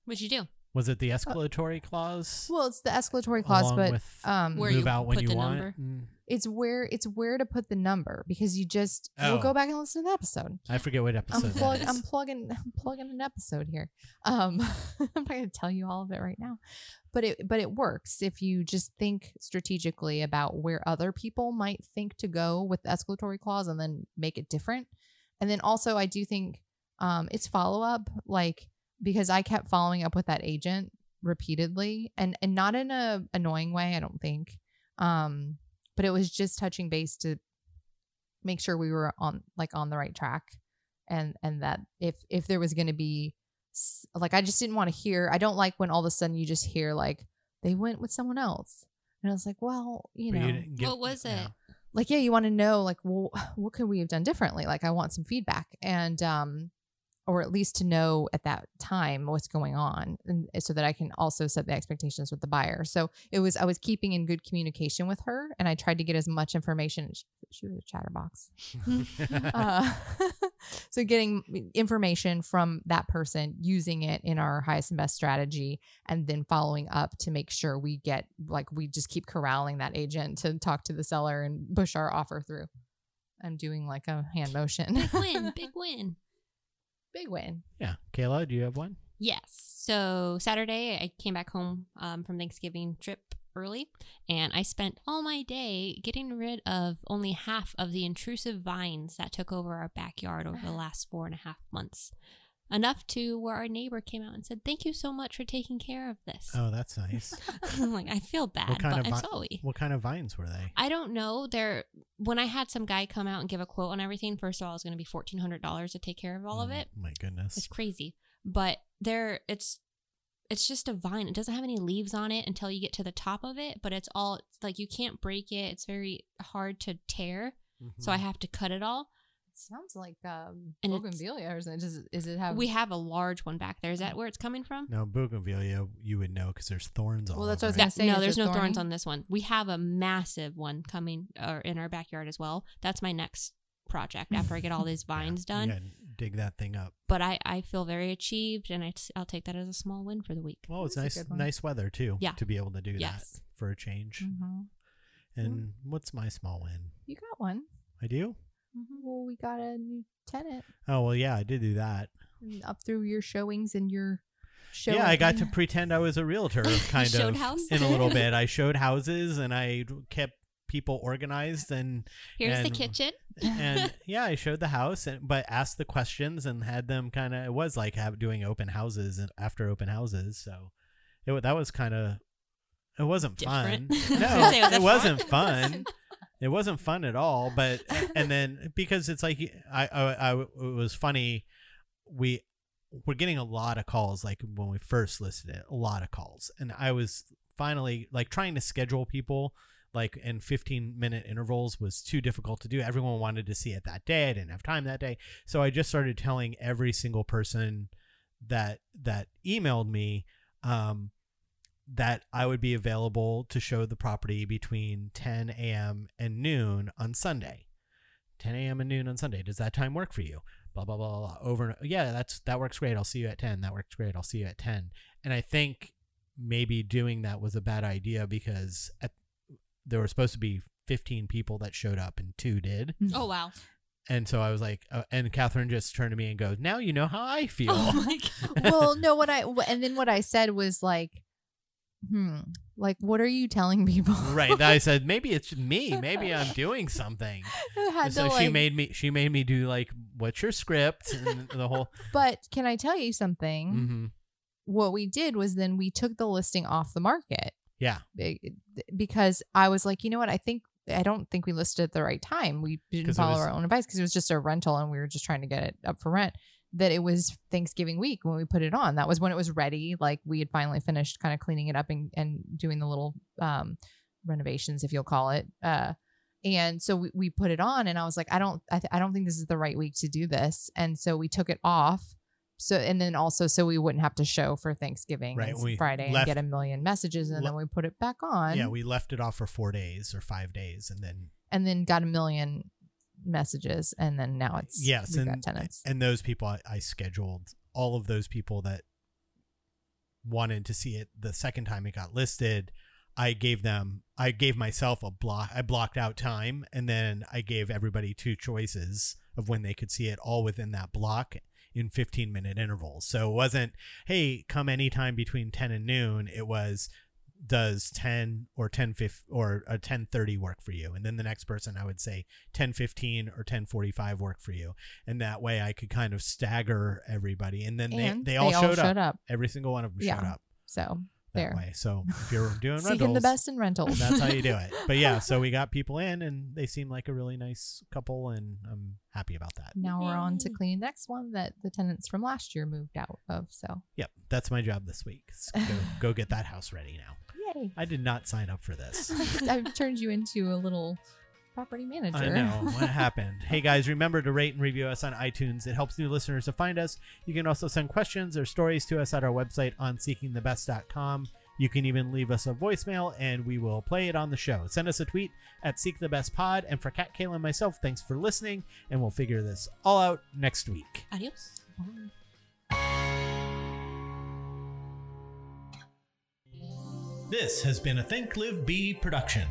Speaker 4: What'd you do?
Speaker 3: Was
Speaker 2: Oh.
Speaker 3: it the escalatory clause?
Speaker 2: Well, it's the escalatory clause,
Speaker 3: along
Speaker 2: but
Speaker 3: with
Speaker 2: um,
Speaker 4: Where
Speaker 3: move
Speaker 4: you
Speaker 3: out when
Speaker 4: put
Speaker 3: you
Speaker 4: the
Speaker 3: want.
Speaker 4: number?
Speaker 3: Mm.
Speaker 2: it's where it's where to put the number because you just
Speaker 3: Oh.
Speaker 2: we'll go back and listen to the episode.
Speaker 3: I forget what
Speaker 2: I'm,
Speaker 3: episode that
Speaker 2: plug,
Speaker 3: is.
Speaker 2: I'm plugging I'm plugging an episode here. Um, I'm not going to tell you all of it right now, but it but it works if you just think strategically about where other people might think to go with the escalatory clause and then make it different. And then also, I do think um, it's follow up, like because I kept following up with that agent repeatedly, and and not in a annoying way, I don't think. Um, but it was just touching base to make sure we were on like on the right track, and and that if if there was going to be s- like I just didn't want to hear. I don't like when all of a sudden you just hear like they went with someone else. And I was like, well, you
Speaker 3: But
Speaker 2: know,
Speaker 3: didn't give-
Speaker 4: What was
Speaker 3: yeah.
Speaker 4: it?
Speaker 2: like yeah you want to know like well, what could we have done differently like i want some feedback and um or at least to know at that time what's going on and eh, so that i can also set the expectations with the buyer so it was i was keeping in good communication with her and i tried to get as much information she, she was a chatterbox
Speaker 4: Um,
Speaker 2: uh, so getting information from that person using it in our highest and best strategy and then following up to make sure we get like we just keep corralling that agent to talk to the seller and push our offer through i'm doing like a hand motion
Speaker 4: Big win, big win.
Speaker 2: big win
Speaker 3: yeah. Kayla, do you have one?
Speaker 4: Yes. So Saturday, I came back home um, from Thanksgiving trip early, and I spent all my day getting rid of only half of the intrusive vines that took over our backyard over the last four and a half months. Enough to where our neighbor came out and said, "Thank you so much for taking care of this."
Speaker 3: Oh, that's nice.
Speaker 4: I'm like, I feel bad,
Speaker 3: kind
Speaker 4: but
Speaker 3: of
Speaker 4: I'm
Speaker 3: vi-
Speaker 4: sorry.
Speaker 3: what kind of vines were they?
Speaker 4: I don't know. There, when I had some guy come out and give a quote on everything, first of all, it was going to be fourteen hundred dollars to take care of all of
Speaker 3: Mm,
Speaker 4: it.
Speaker 3: My goodness.
Speaker 4: It's crazy. But there it's it's just a vine. It doesn't have any leaves on it until you get to the top of it, but it's all it's like you can't break it. It's very hard to tear. So I
Speaker 3: Mhm.
Speaker 4: have to cut it all.
Speaker 2: sounds like um
Speaker 4: And it's-
Speaker 2: bougainvillea or something does is it have
Speaker 4: We have a large one back there. Is that where it's coming from?
Speaker 3: no bougainvillea. You would know because there's thorns all.
Speaker 2: Well, that's
Speaker 3: over
Speaker 2: what I was
Speaker 3: it.
Speaker 4: That-
Speaker 2: gonna say, is
Speaker 4: no,
Speaker 2: it
Speaker 4: there's no thorns
Speaker 2: thorny?
Speaker 4: on this one. We have a massive one coming or in our backyard as well. That's my next project after I get all these
Speaker 3: Yeah,
Speaker 4: vines
Speaker 3: you
Speaker 4: done.
Speaker 3: gotta dig that thing up.
Speaker 4: But I, I feel very achieved and I, will take that as a small win for the week.
Speaker 3: Well, it's
Speaker 2: That's
Speaker 3: nice,
Speaker 2: a good one.
Speaker 3: nice weather too.
Speaker 4: Yeah.
Speaker 3: To be able to do
Speaker 4: Yes. Mm-hmm.
Speaker 3: that for a change.
Speaker 2: Mhm.
Speaker 3: And what's my small win?
Speaker 2: you got one
Speaker 3: I do.
Speaker 4: Mm-hmm.
Speaker 2: well we got a new tenant
Speaker 3: Oh well, yeah, I did do that.
Speaker 2: up through your showings and your show
Speaker 3: yeah, I got to pretend I was a realtor, kind
Speaker 4: showed
Speaker 3: of,
Speaker 4: houses.
Speaker 3: in a little bit. I showed houses and I kept people organized and
Speaker 4: Here's the
Speaker 3: And-
Speaker 4: kitchen.
Speaker 3: and yeah, I showed the house, and but asked the questions and had them kind of. It was like have, doing open houses and after open houses, so it wa- that was kind of. It wasn't
Speaker 4: Different. I
Speaker 3: fun.
Speaker 4: was gonna
Speaker 3: No,
Speaker 4: say, was
Speaker 3: it
Speaker 4: that fun?
Speaker 3: wasn't fun. It wasn't fun at all. But and then because it's like I, I, I it was funny. We we're getting a lot of calls. Like when we first listed it, a lot of calls, and I was finally like trying to schedule people like in 15 minute intervals was too difficult to do. Everyone wanted to see it that day. I didn't have time that day. So I just started telling every single person that that emailed me um, that I would be available to show the property between 10 a.m. and noon on Sunday. 10 a.m. and noon on Sunday. Does that time work for you? Blah blah blah blah. blah. Over and yeah, that's that works great. I'll see you at 10. That works great. I'll see you at 10. And I think maybe doing that was a bad idea because at there were supposed to be 15 people that showed up and two did.
Speaker 4: Oh wow!
Speaker 3: And so I was like, uh, and Catherine just turned to me and goes, now you know how I feel.
Speaker 4: Oh my god!
Speaker 2: well, no, what I wh- and then what I said was like, hmm, like what are you telling people?
Speaker 3: right. Then I said, maybe it's me. Maybe I'm doing something.
Speaker 2: I had
Speaker 3: And so
Speaker 2: to,
Speaker 3: she
Speaker 2: like-
Speaker 3: made me, she made me do like, what's your script and the whole,
Speaker 2: But can I tell you something?
Speaker 3: hmm
Speaker 2: What we did was then we took the listing off the market
Speaker 3: yeah.
Speaker 2: be- because I was like, you know what? I think I don't think we listed at the right time. We
Speaker 3: 'Cause
Speaker 2: didn't
Speaker 3: it
Speaker 2: follow
Speaker 3: was-
Speaker 2: our own advice because it was just a rental and we were just trying to get it up for rent. That it was Thanksgiving week when we put it on. That was when it was ready. Like we had finally finished kind of cleaning it up and, and doing the little um, renovations, if you'll call it. Uh, and so we, we put it on and I was like, I don't, I, th- I don't think this is the right week to do this. And so we took it off. So, and then also, so we wouldn't have to show for Thanksgiving
Speaker 3: Right,
Speaker 2: and
Speaker 3: we
Speaker 2: Friday
Speaker 3: left-
Speaker 2: and get a million messages. And
Speaker 3: le-
Speaker 2: then we put it back on
Speaker 3: Yeah. We left it off for four days or five days and then
Speaker 2: and then got a million messages and then now it's
Speaker 3: yes
Speaker 2: we've
Speaker 3: and,
Speaker 2: got tenants
Speaker 3: and those people I, I scheduled all of those people that wanted to see it the second time it got listed i gave them i gave myself a block i blocked out time and then i gave everybody two choices of when they could see it all within that block in 15 minute intervals so it wasn't hey come anytime between 10 and noon it was does 10 or 10 or a 1030 work for you and then the next person i would say 1015 or 1045 work for you and that way i could kind of stagger everybody and then
Speaker 2: And
Speaker 3: they, they, all, showed, up.
Speaker 2: up.
Speaker 3: every single one of them showed
Speaker 2: Yeah.
Speaker 3: up
Speaker 2: so
Speaker 3: that
Speaker 2: there
Speaker 3: way so if you're doing
Speaker 2: seeking
Speaker 3: rentals
Speaker 2: the best in rentals
Speaker 3: that's how you do it but yeah so we got people in and they seem like a really nice couple and i'm happy about that
Speaker 2: now we're on to
Speaker 4: Yay.
Speaker 2: cleaning the next one that the tenants from last year moved out of so
Speaker 3: yep that's my job this week is go, go get that house ready now
Speaker 2: yay
Speaker 3: i did not sign up for this
Speaker 2: i've turned you into a little property manager
Speaker 3: I know what happened. Hey guys, remember to rate and review us on iTunes. It helps new listeners to find us. You can also send questions or stories to us at our website on seekingthebest.com. You can even leave us a voicemail and we will play it on the show. Send us a tweet at Seek the Best Pod. And for Kat, Kayla, and myself, thanks for listening, and we'll figure this all out next week.
Speaker 4: Adios.
Speaker 1: This has been a Think Live Bee production.